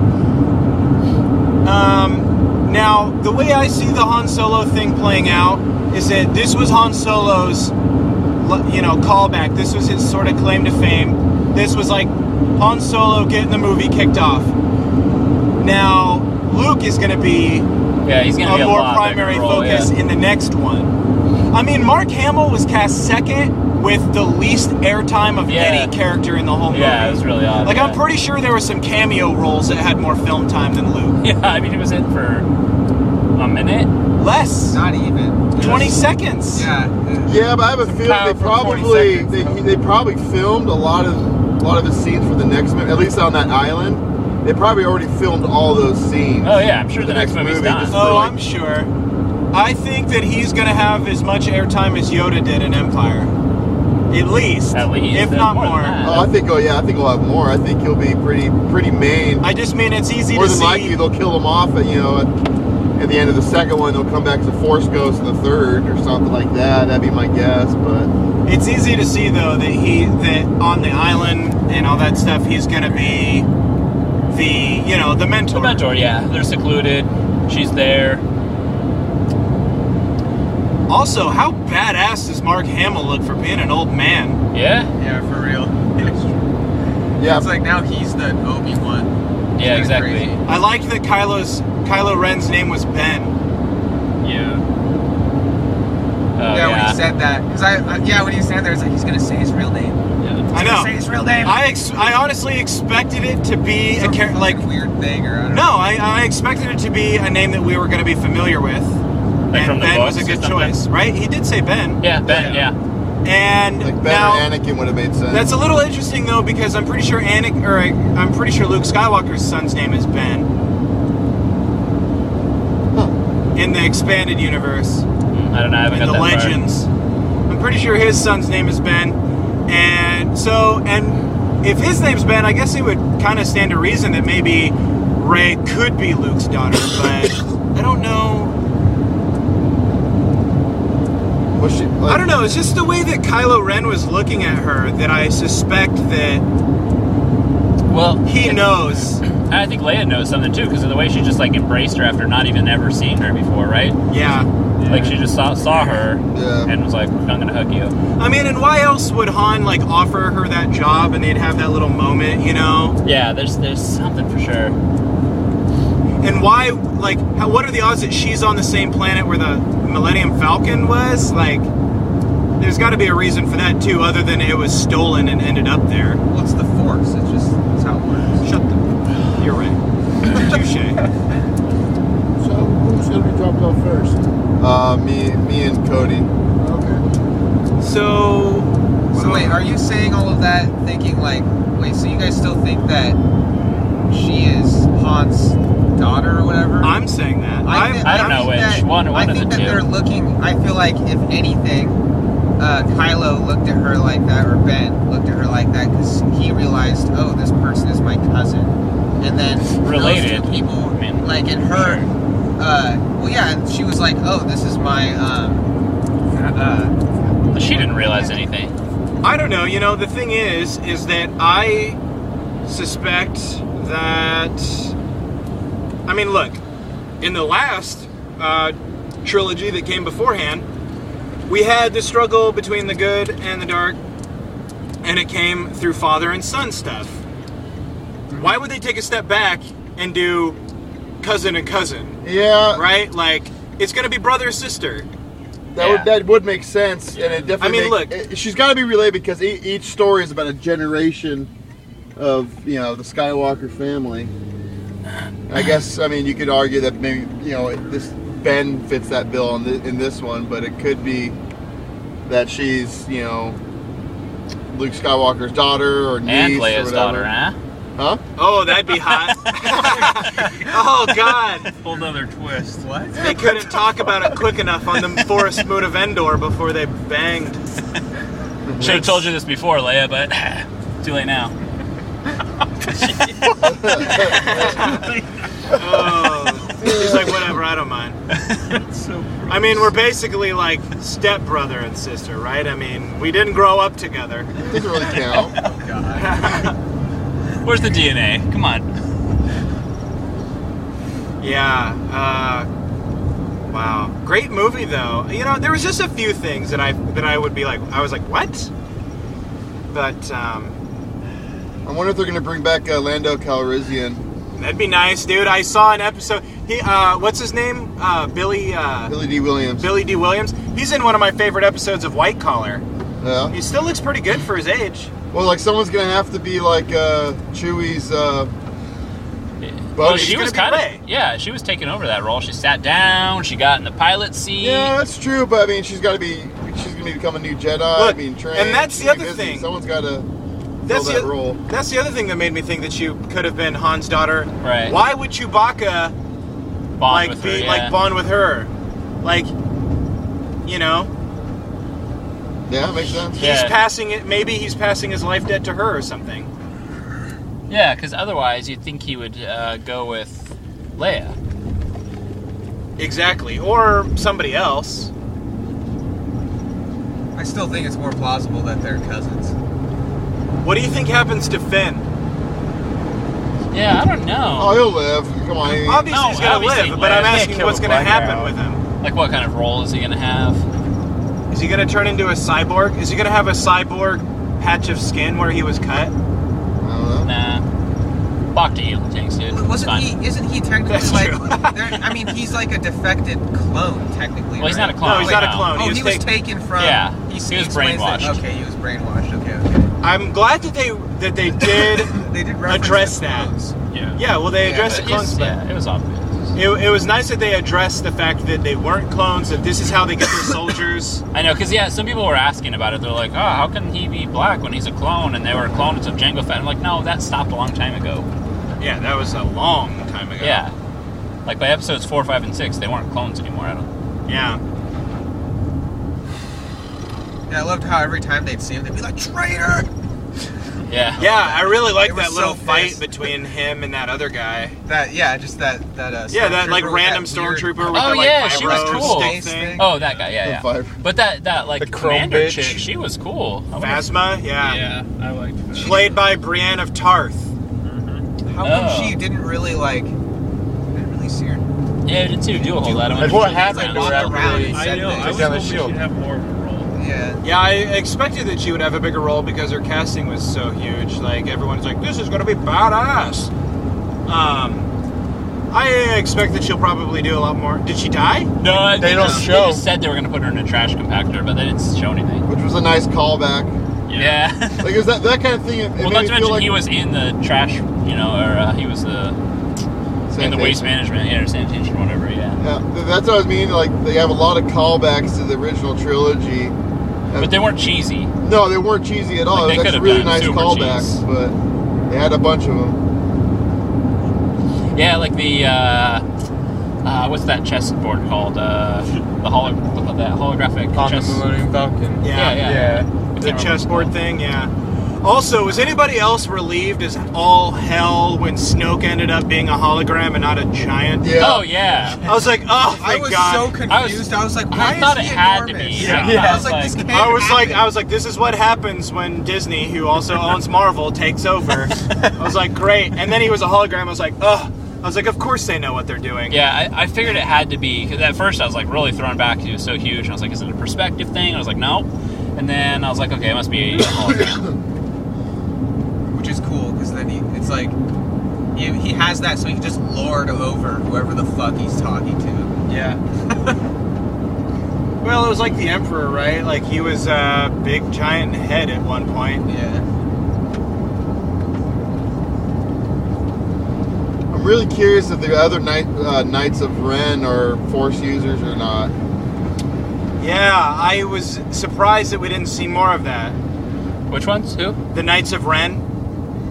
[SPEAKER 5] Um, now, the way I see the Han Solo thing playing out is that this was Han Solo's, l- you know, callback. This was his sort of claim to fame. This was like Han Solo getting the movie kicked off. Now, Luke is going to be
[SPEAKER 6] Yeah, he's gonna
[SPEAKER 5] a
[SPEAKER 6] be a
[SPEAKER 5] more
[SPEAKER 6] lot
[SPEAKER 5] primary
[SPEAKER 6] bigger role,
[SPEAKER 5] focus
[SPEAKER 6] Yeah.
[SPEAKER 5] in the next one. I mean, Mark Hamill was cast second with the least airtime of
[SPEAKER 6] Yeah.
[SPEAKER 5] any character in the whole movie.
[SPEAKER 6] Yeah, it was really odd.
[SPEAKER 5] like,
[SPEAKER 6] yeah.
[SPEAKER 5] I'm pretty sure there were some cameo roles that had more film time than Luke.
[SPEAKER 6] Yeah, I mean, he was in for a minute.
[SPEAKER 5] Less.
[SPEAKER 2] not even.
[SPEAKER 5] 20 seconds.
[SPEAKER 2] Yeah.
[SPEAKER 4] yeah, but I have a feeling they
[SPEAKER 7] powerful 20
[SPEAKER 4] probably
[SPEAKER 7] seconds,
[SPEAKER 4] they,
[SPEAKER 7] huh?
[SPEAKER 4] they probably filmed a lot of a lot of the scenes for the next movie, at least on that island. They probably already filmed all those scenes.
[SPEAKER 6] Oh yeah, I'm sure
[SPEAKER 4] The
[SPEAKER 6] the, next,
[SPEAKER 4] next
[SPEAKER 6] movie's
[SPEAKER 4] movie
[SPEAKER 6] done.
[SPEAKER 4] just-
[SPEAKER 5] Oh,
[SPEAKER 4] Like-
[SPEAKER 5] I'm sure. I think that he's going to have as much airtime as Yoda did in Empire. At least.
[SPEAKER 6] At least,
[SPEAKER 5] If
[SPEAKER 6] uh,
[SPEAKER 5] not
[SPEAKER 6] more than
[SPEAKER 5] more.
[SPEAKER 6] that.
[SPEAKER 4] Oh, I think. Oh yeah, I think we'll have more. I think he'll be pretty pretty main.
[SPEAKER 5] I just mean it's easy
[SPEAKER 4] More
[SPEAKER 5] to
[SPEAKER 4] than
[SPEAKER 5] see.
[SPEAKER 4] likely, they'll kill him off. At, you know, at, at the end of the second one, they'll come back as a Force Ghost in the third or something like that. That'd be my guess, but.
[SPEAKER 5] It's easy to see though that he that on the island and all that stuff he's gonna be the you know the mentor.
[SPEAKER 6] The mentor, yeah. They're secluded. She's there.
[SPEAKER 5] Also, how badass does Mark Hamill look for being an old man?
[SPEAKER 6] Yeah.
[SPEAKER 2] Yeah, for real.
[SPEAKER 4] Yeah,
[SPEAKER 2] It's like now he's the Obi Wan.
[SPEAKER 3] Yeah, exactly.
[SPEAKER 2] Crazy.
[SPEAKER 5] I like that Kylo's Kylo Ren's name was Ben.
[SPEAKER 6] Yeah.
[SPEAKER 3] Oh,
[SPEAKER 2] yeah, when
[SPEAKER 3] yeah.
[SPEAKER 2] he said that, because I, uh, yeah, when he was standing there, it's like he's gonna say his real name.
[SPEAKER 6] yeah.
[SPEAKER 5] I
[SPEAKER 2] He's gonna say
[SPEAKER 5] know.
[SPEAKER 2] his real name.
[SPEAKER 5] I ex- I honestly expected it to be a
[SPEAKER 2] Some
[SPEAKER 5] char-
[SPEAKER 2] fucking
[SPEAKER 5] like
[SPEAKER 2] weird thing or I don't
[SPEAKER 5] no, I, I expected it to be a name that we were going to be familiar with. and
[SPEAKER 3] from the
[SPEAKER 5] Ben was
[SPEAKER 3] books
[SPEAKER 5] a
[SPEAKER 3] or
[SPEAKER 5] good
[SPEAKER 3] something?
[SPEAKER 5] choice, right? He did say Ben.
[SPEAKER 3] Yeah, Ben, yeah.
[SPEAKER 5] And
[SPEAKER 4] Like Ben
[SPEAKER 5] now
[SPEAKER 4] and Anakin would have made sense.
[SPEAKER 5] that's a little interesting though because I'm pretty sure Anakin or I, I'm pretty sure Luke Skywalker's son's name is Ben. In the expanded universe.
[SPEAKER 3] Mm, I don't know. I haven't
[SPEAKER 5] in
[SPEAKER 3] got
[SPEAKER 5] the
[SPEAKER 3] that far.
[SPEAKER 5] legends. I'm pretty sure his son's name is Ben, and so and if his name's Ben, I guess it would kind of stand to reason that maybe Ray could be Luke's daughter, but I don't know.
[SPEAKER 4] Was she, like,
[SPEAKER 5] I don't know. It's just the way that Kylo Ren was looking at her that I suspect that
[SPEAKER 3] Well,
[SPEAKER 5] he knows.
[SPEAKER 3] And I think Leia knows something too because of the way she just like embraced her after not even ever seeing her before, right?
[SPEAKER 5] Yeah.
[SPEAKER 3] Like she just saw, saw her
[SPEAKER 4] Yeah.
[SPEAKER 3] and was like, "I'm gonna hug you."
[SPEAKER 5] I mean, and why else would Han like offer her that job and they'd have that little moment, you know?
[SPEAKER 3] Yeah, there's there's something for sure.
[SPEAKER 5] And why, like, how, what are the odds that she's on the same planet where the Millennium Falcon was? Like, there's got to be a reason for that too, other than it was stolen and ended up there.
[SPEAKER 2] know. What's the force? It's just it's how it works.
[SPEAKER 5] Shut the. You're right. Touche.
[SPEAKER 8] So who's gonna be dropped off first?
[SPEAKER 4] Uh, me, me and Cody.
[SPEAKER 8] Okay.
[SPEAKER 5] So,
[SPEAKER 2] So wait, are you saying all of that thinking like, wait, so you guys still think that she is Han's daughter or whatever?
[SPEAKER 5] I'm saying that.
[SPEAKER 2] I,
[SPEAKER 5] I'm-
[SPEAKER 2] thi-
[SPEAKER 3] I don't
[SPEAKER 2] think
[SPEAKER 3] know which.
[SPEAKER 2] That,
[SPEAKER 3] One- one
[SPEAKER 2] I
[SPEAKER 3] of
[SPEAKER 2] think
[SPEAKER 3] the
[SPEAKER 2] that
[SPEAKER 3] two.
[SPEAKER 2] they're looking. I feel like if anything, uh, Kylo looked at her like that, or Ben looked at her like that, because he realized, oh, this person is my cousin, and then those two
[SPEAKER 3] Related.
[SPEAKER 2] people,
[SPEAKER 3] I mean,
[SPEAKER 2] like in her.
[SPEAKER 3] sure.
[SPEAKER 2] Uh, well, yeah, and she was like, oh, this is my. Um, uh,
[SPEAKER 3] She didn't realize anything.
[SPEAKER 5] I don't know. You know, the thing is, is that I suspect that. I mean, look, in the last uh, trilogy that came beforehand, we had the struggle between the good and the dark, and it came through father and son stuff. Why would they take a step back and do cousin and cousin,
[SPEAKER 4] Yeah,
[SPEAKER 5] right? Like, it's gonna be brother and sister.
[SPEAKER 4] that
[SPEAKER 3] Yeah.
[SPEAKER 4] would that would make sense, and it definitely.
[SPEAKER 5] I mean,
[SPEAKER 4] make-
[SPEAKER 5] look.
[SPEAKER 4] it- she's got to be related because e- each story is about a generation of you know the Skywalker family. I guess I mean you could argue that maybe you know it- this Ben fits that bill in, thi- in this one, but it could be that she's you know Luke Skywalker's daughter or niece
[SPEAKER 3] And
[SPEAKER 4] or
[SPEAKER 3] Leia's daughter,
[SPEAKER 4] whatever.
[SPEAKER 3] huh?
[SPEAKER 4] huh?
[SPEAKER 5] Oh, that'd be hot. oh God.
[SPEAKER 6] Whole nother twist. What?
[SPEAKER 5] They couldn't talk about it quick enough on the forest moon of Endor before they banged.
[SPEAKER 3] Should have told you this before, Leia, but too late now.
[SPEAKER 5] Oh. He's like, whatever, I don't mind.
[SPEAKER 6] so
[SPEAKER 5] I mean, we're basically like stepbrother and sister, right? I mean, we didn't grow up together.
[SPEAKER 4] Doesn't really count.
[SPEAKER 3] Where's the DNA? Come on.
[SPEAKER 5] Yeah. Uh, wow. Great movie, though. You know, there was just a few things that I that I would be like, I was like, what? But um,
[SPEAKER 4] I wonder if they're gonna bring back uh, Lando Calrissian,
[SPEAKER 5] that'd be nice, dude. I saw an episode. He, uh, what's his name? Uh, Billy. Uh,
[SPEAKER 4] Billy D. Williams.
[SPEAKER 5] Billy D. Williams. He's in one of my favorite episodes of White Collar.
[SPEAKER 4] Yeah.
[SPEAKER 5] He still looks pretty good for his age.
[SPEAKER 4] Well, like someone's gonna have to be like uh, Chewie's. Uh,
[SPEAKER 3] Well,
[SPEAKER 4] it's
[SPEAKER 3] she
[SPEAKER 5] gonna
[SPEAKER 3] was
[SPEAKER 5] be
[SPEAKER 3] kind
[SPEAKER 5] Leia.
[SPEAKER 3] of yeah, she was taking over that role. She sat down. She got in the pilot seat.
[SPEAKER 4] yeah, that's true, but I mean, she's gotta be. She's gonna become a new Jedi. I
[SPEAKER 5] Look,
[SPEAKER 4] mean, trained.
[SPEAKER 5] and that's the
[SPEAKER 4] she's
[SPEAKER 5] other
[SPEAKER 4] busy.
[SPEAKER 5] thing.
[SPEAKER 4] Someone's gotta
[SPEAKER 5] That's
[SPEAKER 4] fill that
[SPEAKER 5] the,
[SPEAKER 4] role.
[SPEAKER 5] that's the other thing that made me think that you could have been Han's daughter.
[SPEAKER 3] Right.
[SPEAKER 5] Why would Chewbacca
[SPEAKER 3] Bond
[SPEAKER 5] like
[SPEAKER 3] with
[SPEAKER 5] be
[SPEAKER 3] her, yeah.
[SPEAKER 5] like bond with her? Like, you know,
[SPEAKER 4] Yeah, makes sense.
[SPEAKER 3] Yeah.
[SPEAKER 5] he's passing it. Maybe he's passing his life debt to her or something.
[SPEAKER 3] Yeah, because otherwise you'd think he would uh, go with Leia.
[SPEAKER 5] Exactly, or somebody else.
[SPEAKER 2] I still think it's more plausible that they're cousins.
[SPEAKER 5] What do you think happens to Finn?
[SPEAKER 3] Yeah, I don't
[SPEAKER 4] Oh,
[SPEAKER 3] know.
[SPEAKER 4] he'll live. Come on. he-
[SPEAKER 5] Obviously,
[SPEAKER 3] No,
[SPEAKER 5] he's gonna
[SPEAKER 3] obviously
[SPEAKER 5] live,
[SPEAKER 3] he
[SPEAKER 5] but I'm
[SPEAKER 3] lives.
[SPEAKER 5] asking what's gonna happen with him.
[SPEAKER 3] Like, what kind of role is he gonna have?
[SPEAKER 5] Is he gonna turn into a cyborg? Is he gonna have a cyborg patch of skin where he was cut?
[SPEAKER 4] I don't know.
[SPEAKER 3] Nah. Bach to Elon tanks, dude.
[SPEAKER 2] But
[SPEAKER 3] It's
[SPEAKER 2] Wasn't
[SPEAKER 3] fine.
[SPEAKER 2] he? Isn't he technically
[SPEAKER 5] That's
[SPEAKER 2] like?
[SPEAKER 5] true.
[SPEAKER 2] there- I mean, he's like a defected clone, technically.
[SPEAKER 3] Well, he's
[SPEAKER 2] right?
[SPEAKER 3] not a clone.
[SPEAKER 5] No, he's
[SPEAKER 3] Wait,
[SPEAKER 5] not a
[SPEAKER 3] no.
[SPEAKER 5] clone.
[SPEAKER 2] Oh, he was
[SPEAKER 5] taken-
[SPEAKER 2] taken from.
[SPEAKER 3] Yeah, he
[SPEAKER 2] s-
[SPEAKER 3] was
[SPEAKER 2] explains that-
[SPEAKER 3] brainwashed.
[SPEAKER 2] Okay, he was brainwashed. Okay, okay.
[SPEAKER 5] I'm glad that they that they did
[SPEAKER 2] They did reference
[SPEAKER 5] address
[SPEAKER 2] the
[SPEAKER 5] that.
[SPEAKER 2] clones.
[SPEAKER 6] Yeah.
[SPEAKER 5] Yeah, well, they
[SPEAKER 2] Yeah,
[SPEAKER 5] addressed
[SPEAKER 2] but
[SPEAKER 5] the clone
[SPEAKER 3] It's-
[SPEAKER 5] split.
[SPEAKER 3] yeah, it was obvious.
[SPEAKER 5] It, it was nice that they addressed the fact that they weren't clones. That this is how they get their soldiers.
[SPEAKER 3] I know, because yeah, some people were asking about it. They're like, "Oh, how can he be black when he's a clone?" And they were clones of Jango Fett. I'm like, no, that stopped a long time ago.
[SPEAKER 5] Yeah, that was a long time ago.
[SPEAKER 3] Yeah, like by episodes four, five, and six, they weren't clones anymore. I don't.
[SPEAKER 5] yeah.
[SPEAKER 2] And I loved how every time they'd see him, they'd be like, "Traitor!"
[SPEAKER 3] Yeah,
[SPEAKER 5] Yeah, I really like
[SPEAKER 2] were
[SPEAKER 5] that little
[SPEAKER 2] so
[SPEAKER 5] fight
[SPEAKER 2] pissed.
[SPEAKER 5] between him and that other guy.
[SPEAKER 2] That yeah, just that that. Uh,
[SPEAKER 5] Yeah, that like
[SPEAKER 2] stormtrooper with
[SPEAKER 5] random
[SPEAKER 2] that weird-
[SPEAKER 5] stormtrooper. With
[SPEAKER 3] Oh,
[SPEAKER 5] the, like,
[SPEAKER 3] yeah, she was
[SPEAKER 5] vibro
[SPEAKER 3] cool.
[SPEAKER 5] stick thing.
[SPEAKER 3] Oh, that guy. Yeah,
[SPEAKER 8] The
[SPEAKER 3] yeah.
[SPEAKER 8] vibe.
[SPEAKER 3] But that that like
[SPEAKER 7] The chrome
[SPEAKER 3] commander
[SPEAKER 7] bitch.
[SPEAKER 3] chick, she was cool. I wonder-
[SPEAKER 5] Phasma, yeah.
[SPEAKER 6] Yeah, I liked that.
[SPEAKER 5] Played by Brienne of Tarth.
[SPEAKER 2] How come
[SPEAKER 3] Oh.
[SPEAKER 2] she didn't really like? Didn't really see her.
[SPEAKER 3] Yeah, I didn't see her do a whole lot. I
[SPEAKER 7] Like
[SPEAKER 3] wonder
[SPEAKER 7] what
[SPEAKER 3] if she-
[SPEAKER 7] happened to her
[SPEAKER 2] walked
[SPEAKER 7] after
[SPEAKER 2] around
[SPEAKER 7] they-
[SPEAKER 2] and
[SPEAKER 6] I know. I
[SPEAKER 2] Took
[SPEAKER 6] was
[SPEAKER 7] down the
[SPEAKER 6] hoping
[SPEAKER 7] shield.
[SPEAKER 6] she'd have more of a role.
[SPEAKER 2] Yeah.
[SPEAKER 5] Yeah, I expected that she would have a bigger role because her casting was so huge. Like everyone's like, this is gonna be badass. Um, I expect that she'll probably do a lot more. Did she die?
[SPEAKER 3] No, I
[SPEAKER 7] They
[SPEAKER 3] think
[SPEAKER 7] don't
[SPEAKER 3] just-
[SPEAKER 7] show.
[SPEAKER 3] They just said they were gonna put her in a trash compactor, but they didn't show anything.
[SPEAKER 4] which was a nice callback.
[SPEAKER 3] Yeah.
[SPEAKER 4] Like, is that that kind of thing? It, it
[SPEAKER 3] well,
[SPEAKER 4] made
[SPEAKER 3] not
[SPEAKER 4] me
[SPEAKER 3] to
[SPEAKER 4] feel
[SPEAKER 3] mention
[SPEAKER 4] like
[SPEAKER 3] he was in the trash, you know, or uh, he was the in the
[SPEAKER 4] Sanitation.
[SPEAKER 3] waste management, yeah, or sanitation, whatever. Yeah.
[SPEAKER 4] Yeah, th- that's what I was meaning. Like, they have a lot of callbacks to the original trilogy.
[SPEAKER 3] But they weren't cheesy.
[SPEAKER 4] No, they weren't cheesy at all.
[SPEAKER 3] Like, they
[SPEAKER 4] That's
[SPEAKER 3] could've
[SPEAKER 4] really
[SPEAKER 3] done
[SPEAKER 4] nice
[SPEAKER 3] super
[SPEAKER 4] callbacks,
[SPEAKER 3] cheese.
[SPEAKER 4] but they had a bunch of them.
[SPEAKER 3] Yeah, like the uh, uh, what's that chessboard called? Uh, the holo- that holographic
[SPEAKER 7] On the
[SPEAKER 3] chess.
[SPEAKER 7] Millennium Falcon.
[SPEAKER 5] Yeah,
[SPEAKER 7] Yeah.
[SPEAKER 3] yeah. I can't
[SPEAKER 5] The
[SPEAKER 3] remember.
[SPEAKER 5] chessboard thing, yeah. Also, was anybody else relieved as all hell when Snoke ended up being a hologram and not a giant?
[SPEAKER 4] Yeah.
[SPEAKER 3] Oh yeah.
[SPEAKER 5] I was like, oh,
[SPEAKER 2] I
[SPEAKER 5] thank
[SPEAKER 2] was
[SPEAKER 5] God.
[SPEAKER 2] so
[SPEAKER 3] I was-
[SPEAKER 2] confused. I was, like,
[SPEAKER 3] I
[SPEAKER 2] why
[SPEAKER 3] thought
[SPEAKER 2] is
[SPEAKER 3] it
[SPEAKER 2] he
[SPEAKER 3] had to be,
[SPEAKER 2] enormous?
[SPEAKER 3] yeah.
[SPEAKER 7] Yeah.
[SPEAKER 2] I was like, this can't
[SPEAKER 5] I was like,
[SPEAKER 2] happen.
[SPEAKER 5] I was like, this is what happens when Disney, who also owns Marvel, takes over. I was like, great. And then he was a hologram. I was like, oh. I was like, of course they know what they're doing.
[SPEAKER 3] Yeah, I, I figured it had to be. Cause at first, I was like really thrown back. He was so huge, and I was like, "Is it a perspective thing?" And I was like, "No." And then I was like, "Okay, it must be." a hologram."
[SPEAKER 2] which is cool because then he, it's like he, he has that so he can just lord over whoever the fuck he's talking to.
[SPEAKER 5] Yeah. well, it was like the Emperor, right? Like he was a big giant head at one point.
[SPEAKER 2] Yeah.
[SPEAKER 4] I'm really curious if the other knight, uh, Knights of Ren are Force users or not.
[SPEAKER 5] Yeah, I was surprised that we didn't see more of that.
[SPEAKER 3] Which ones? Who?
[SPEAKER 5] The Knights of Ren.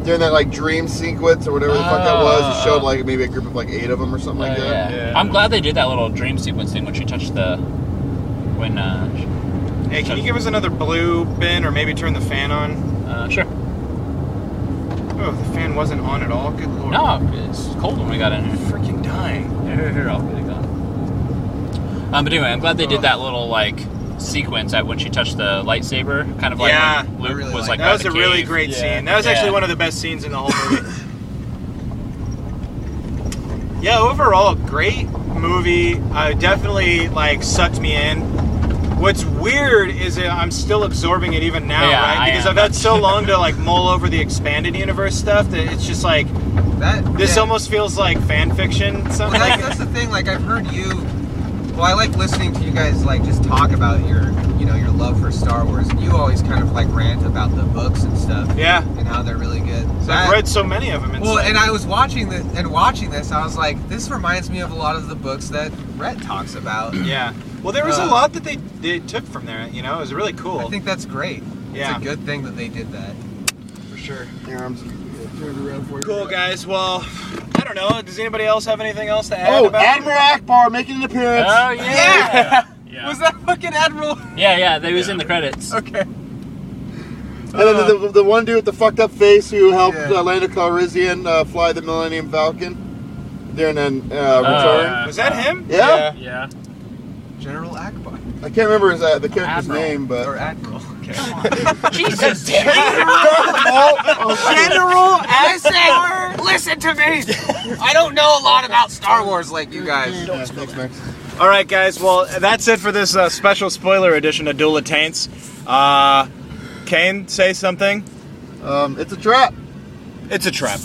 [SPEAKER 4] During that like dream sequence or whatever the fuck that was,
[SPEAKER 3] Oh.
[SPEAKER 4] it showed like maybe a group of like eight of them or something like
[SPEAKER 3] Oh,
[SPEAKER 4] that.
[SPEAKER 3] yeah.
[SPEAKER 5] Yeah.
[SPEAKER 3] I'm glad they did that little dream sequence thing when she touched the when uh, she-
[SPEAKER 5] Hey, can you give us another blue bin or maybe turn the fan on?
[SPEAKER 3] uh sure.
[SPEAKER 5] Oh, the fan wasn't on at all. Good lord.
[SPEAKER 3] No, it's cold when we got in here.
[SPEAKER 5] Freaking dying.
[SPEAKER 3] Here, here, here, I'll get it gone. Um, but anyway, I'm glad they did that little like sequence at when she touched the lightsaber, kind of like
[SPEAKER 5] Yeah,
[SPEAKER 3] when
[SPEAKER 2] I
[SPEAKER 3] Luke
[SPEAKER 2] really
[SPEAKER 3] was like
[SPEAKER 2] like
[SPEAKER 5] That
[SPEAKER 3] by
[SPEAKER 5] was
[SPEAKER 3] the
[SPEAKER 5] a really
[SPEAKER 3] cave.
[SPEAKER 5] great
[SPEAKER 7] Yeah.
[SPEAKER 5] scene. That was
[SPEAKER 3] Yeah.
[SPEAKER 5] actually one of the best scenes in the whole movie. yeah, overall, great movie. Uh, definitely like sucked me in. What's weird is that I'm still absorbing it even now,
[SPEAKER 3] Yeah, I
[SPEAKER 5] right? Because
[SPEAKER 3] am.
[SPEAKER 5] I've had so long to like mull over the expanded universe stuff that it's just like
[SPEAKER 2] That
[SPEAKER 5] this
[SPEAKER 2] yeah.
[SPEAKER 5] almost feels like fan fiction.
[SPEAKER 2] Well,
[SPEAKER 5] Something.
[SPEAKER 2] that's, that's the thing. Like I've heard you. Well, I like listening to you guys like just talk about your you know your love for Star Wars, and you always kind of like rant about the books and stuff
[SPEAKER 5] yeah,
[SPEAKER 2] and how they're really good.
[SPEAKER 5] So
[SPEAKER 2] That-
[SPEAKER 5] I've read so many of them. It's
[SPEAKER 2] Well,
[SPEAKER 5] like-
[SPEAKER 2] and I was watching this and watching this, I was like, this reminds me of a lot of the books that Rhett talks about.
[SPEAKER 5] yeah. Well, there was a
[SPEAKER 2] Uh,
[SPEAKER 5] lot that they, they took from there. You know, it was really cool.
[SPEAKER 2] I think that's great.
[SPEAKER 5] Yeah.
[SPEAKER 2] It's a good thing that they did that.
[SPEAKER 5] for sure.
[SPEAKER 4] Your arms turned around for you.
[SPEAKER 5] Cool guys. Well, I don't know. Does anybody else have anything else to add?
[SPEAKER 4] Oh,
[SPEAKER 5] about
[SPEAKER 4] Admiral Akbar making an appearance.
[SPEAKER 3] Oh yeah.
[SPEAKER 6] Yeah.
[SPEAKER 2] Was that fucking Admiral?
[SPEAKER 3] Yeah, yeah, they was in the credits.
[SPEAKER 2] Okay.
[SPEAKER 4] And then the, the, the one dude with the fucked up face who helped
[SPEAKER 2] Yeah.
[SPEAKER 4] uh, Lando Calrissian uh, fly the Millennium Falcon during an
[SPEAKER 3] Oh,
[SPEAKER 4] uh, return.
[SPEAKER 6] Uh,
[SPEAKER 5] Was that him?
[SPEAKER 4] yeah?
[SPEAKER 6] Yeah.
[SPEAKER 2] General Akbar.
[SPEAKER 4] I can't remember his, uh, the character's
[SPEAKER 3] Admiral.
[SPEAKER 4] name, but
[SPEAKER 2] Or Admiral. Okay.
[SPEAKER 3] Jesus.
[SPEAKER 2] General Akbar! Listen to me! I don't know a lot about Star Wars like you guys.
[SPEAKER 4] Yeah, thanks, Max.
[SPEAKER 5] All right, guys. Well, that's it for this uh, special spoiler edition of Duel of Taints. Uh, Kane, say something.
[SPEAKER 4] Um, it's a trap.
[SPEAKER 5] It's a trap.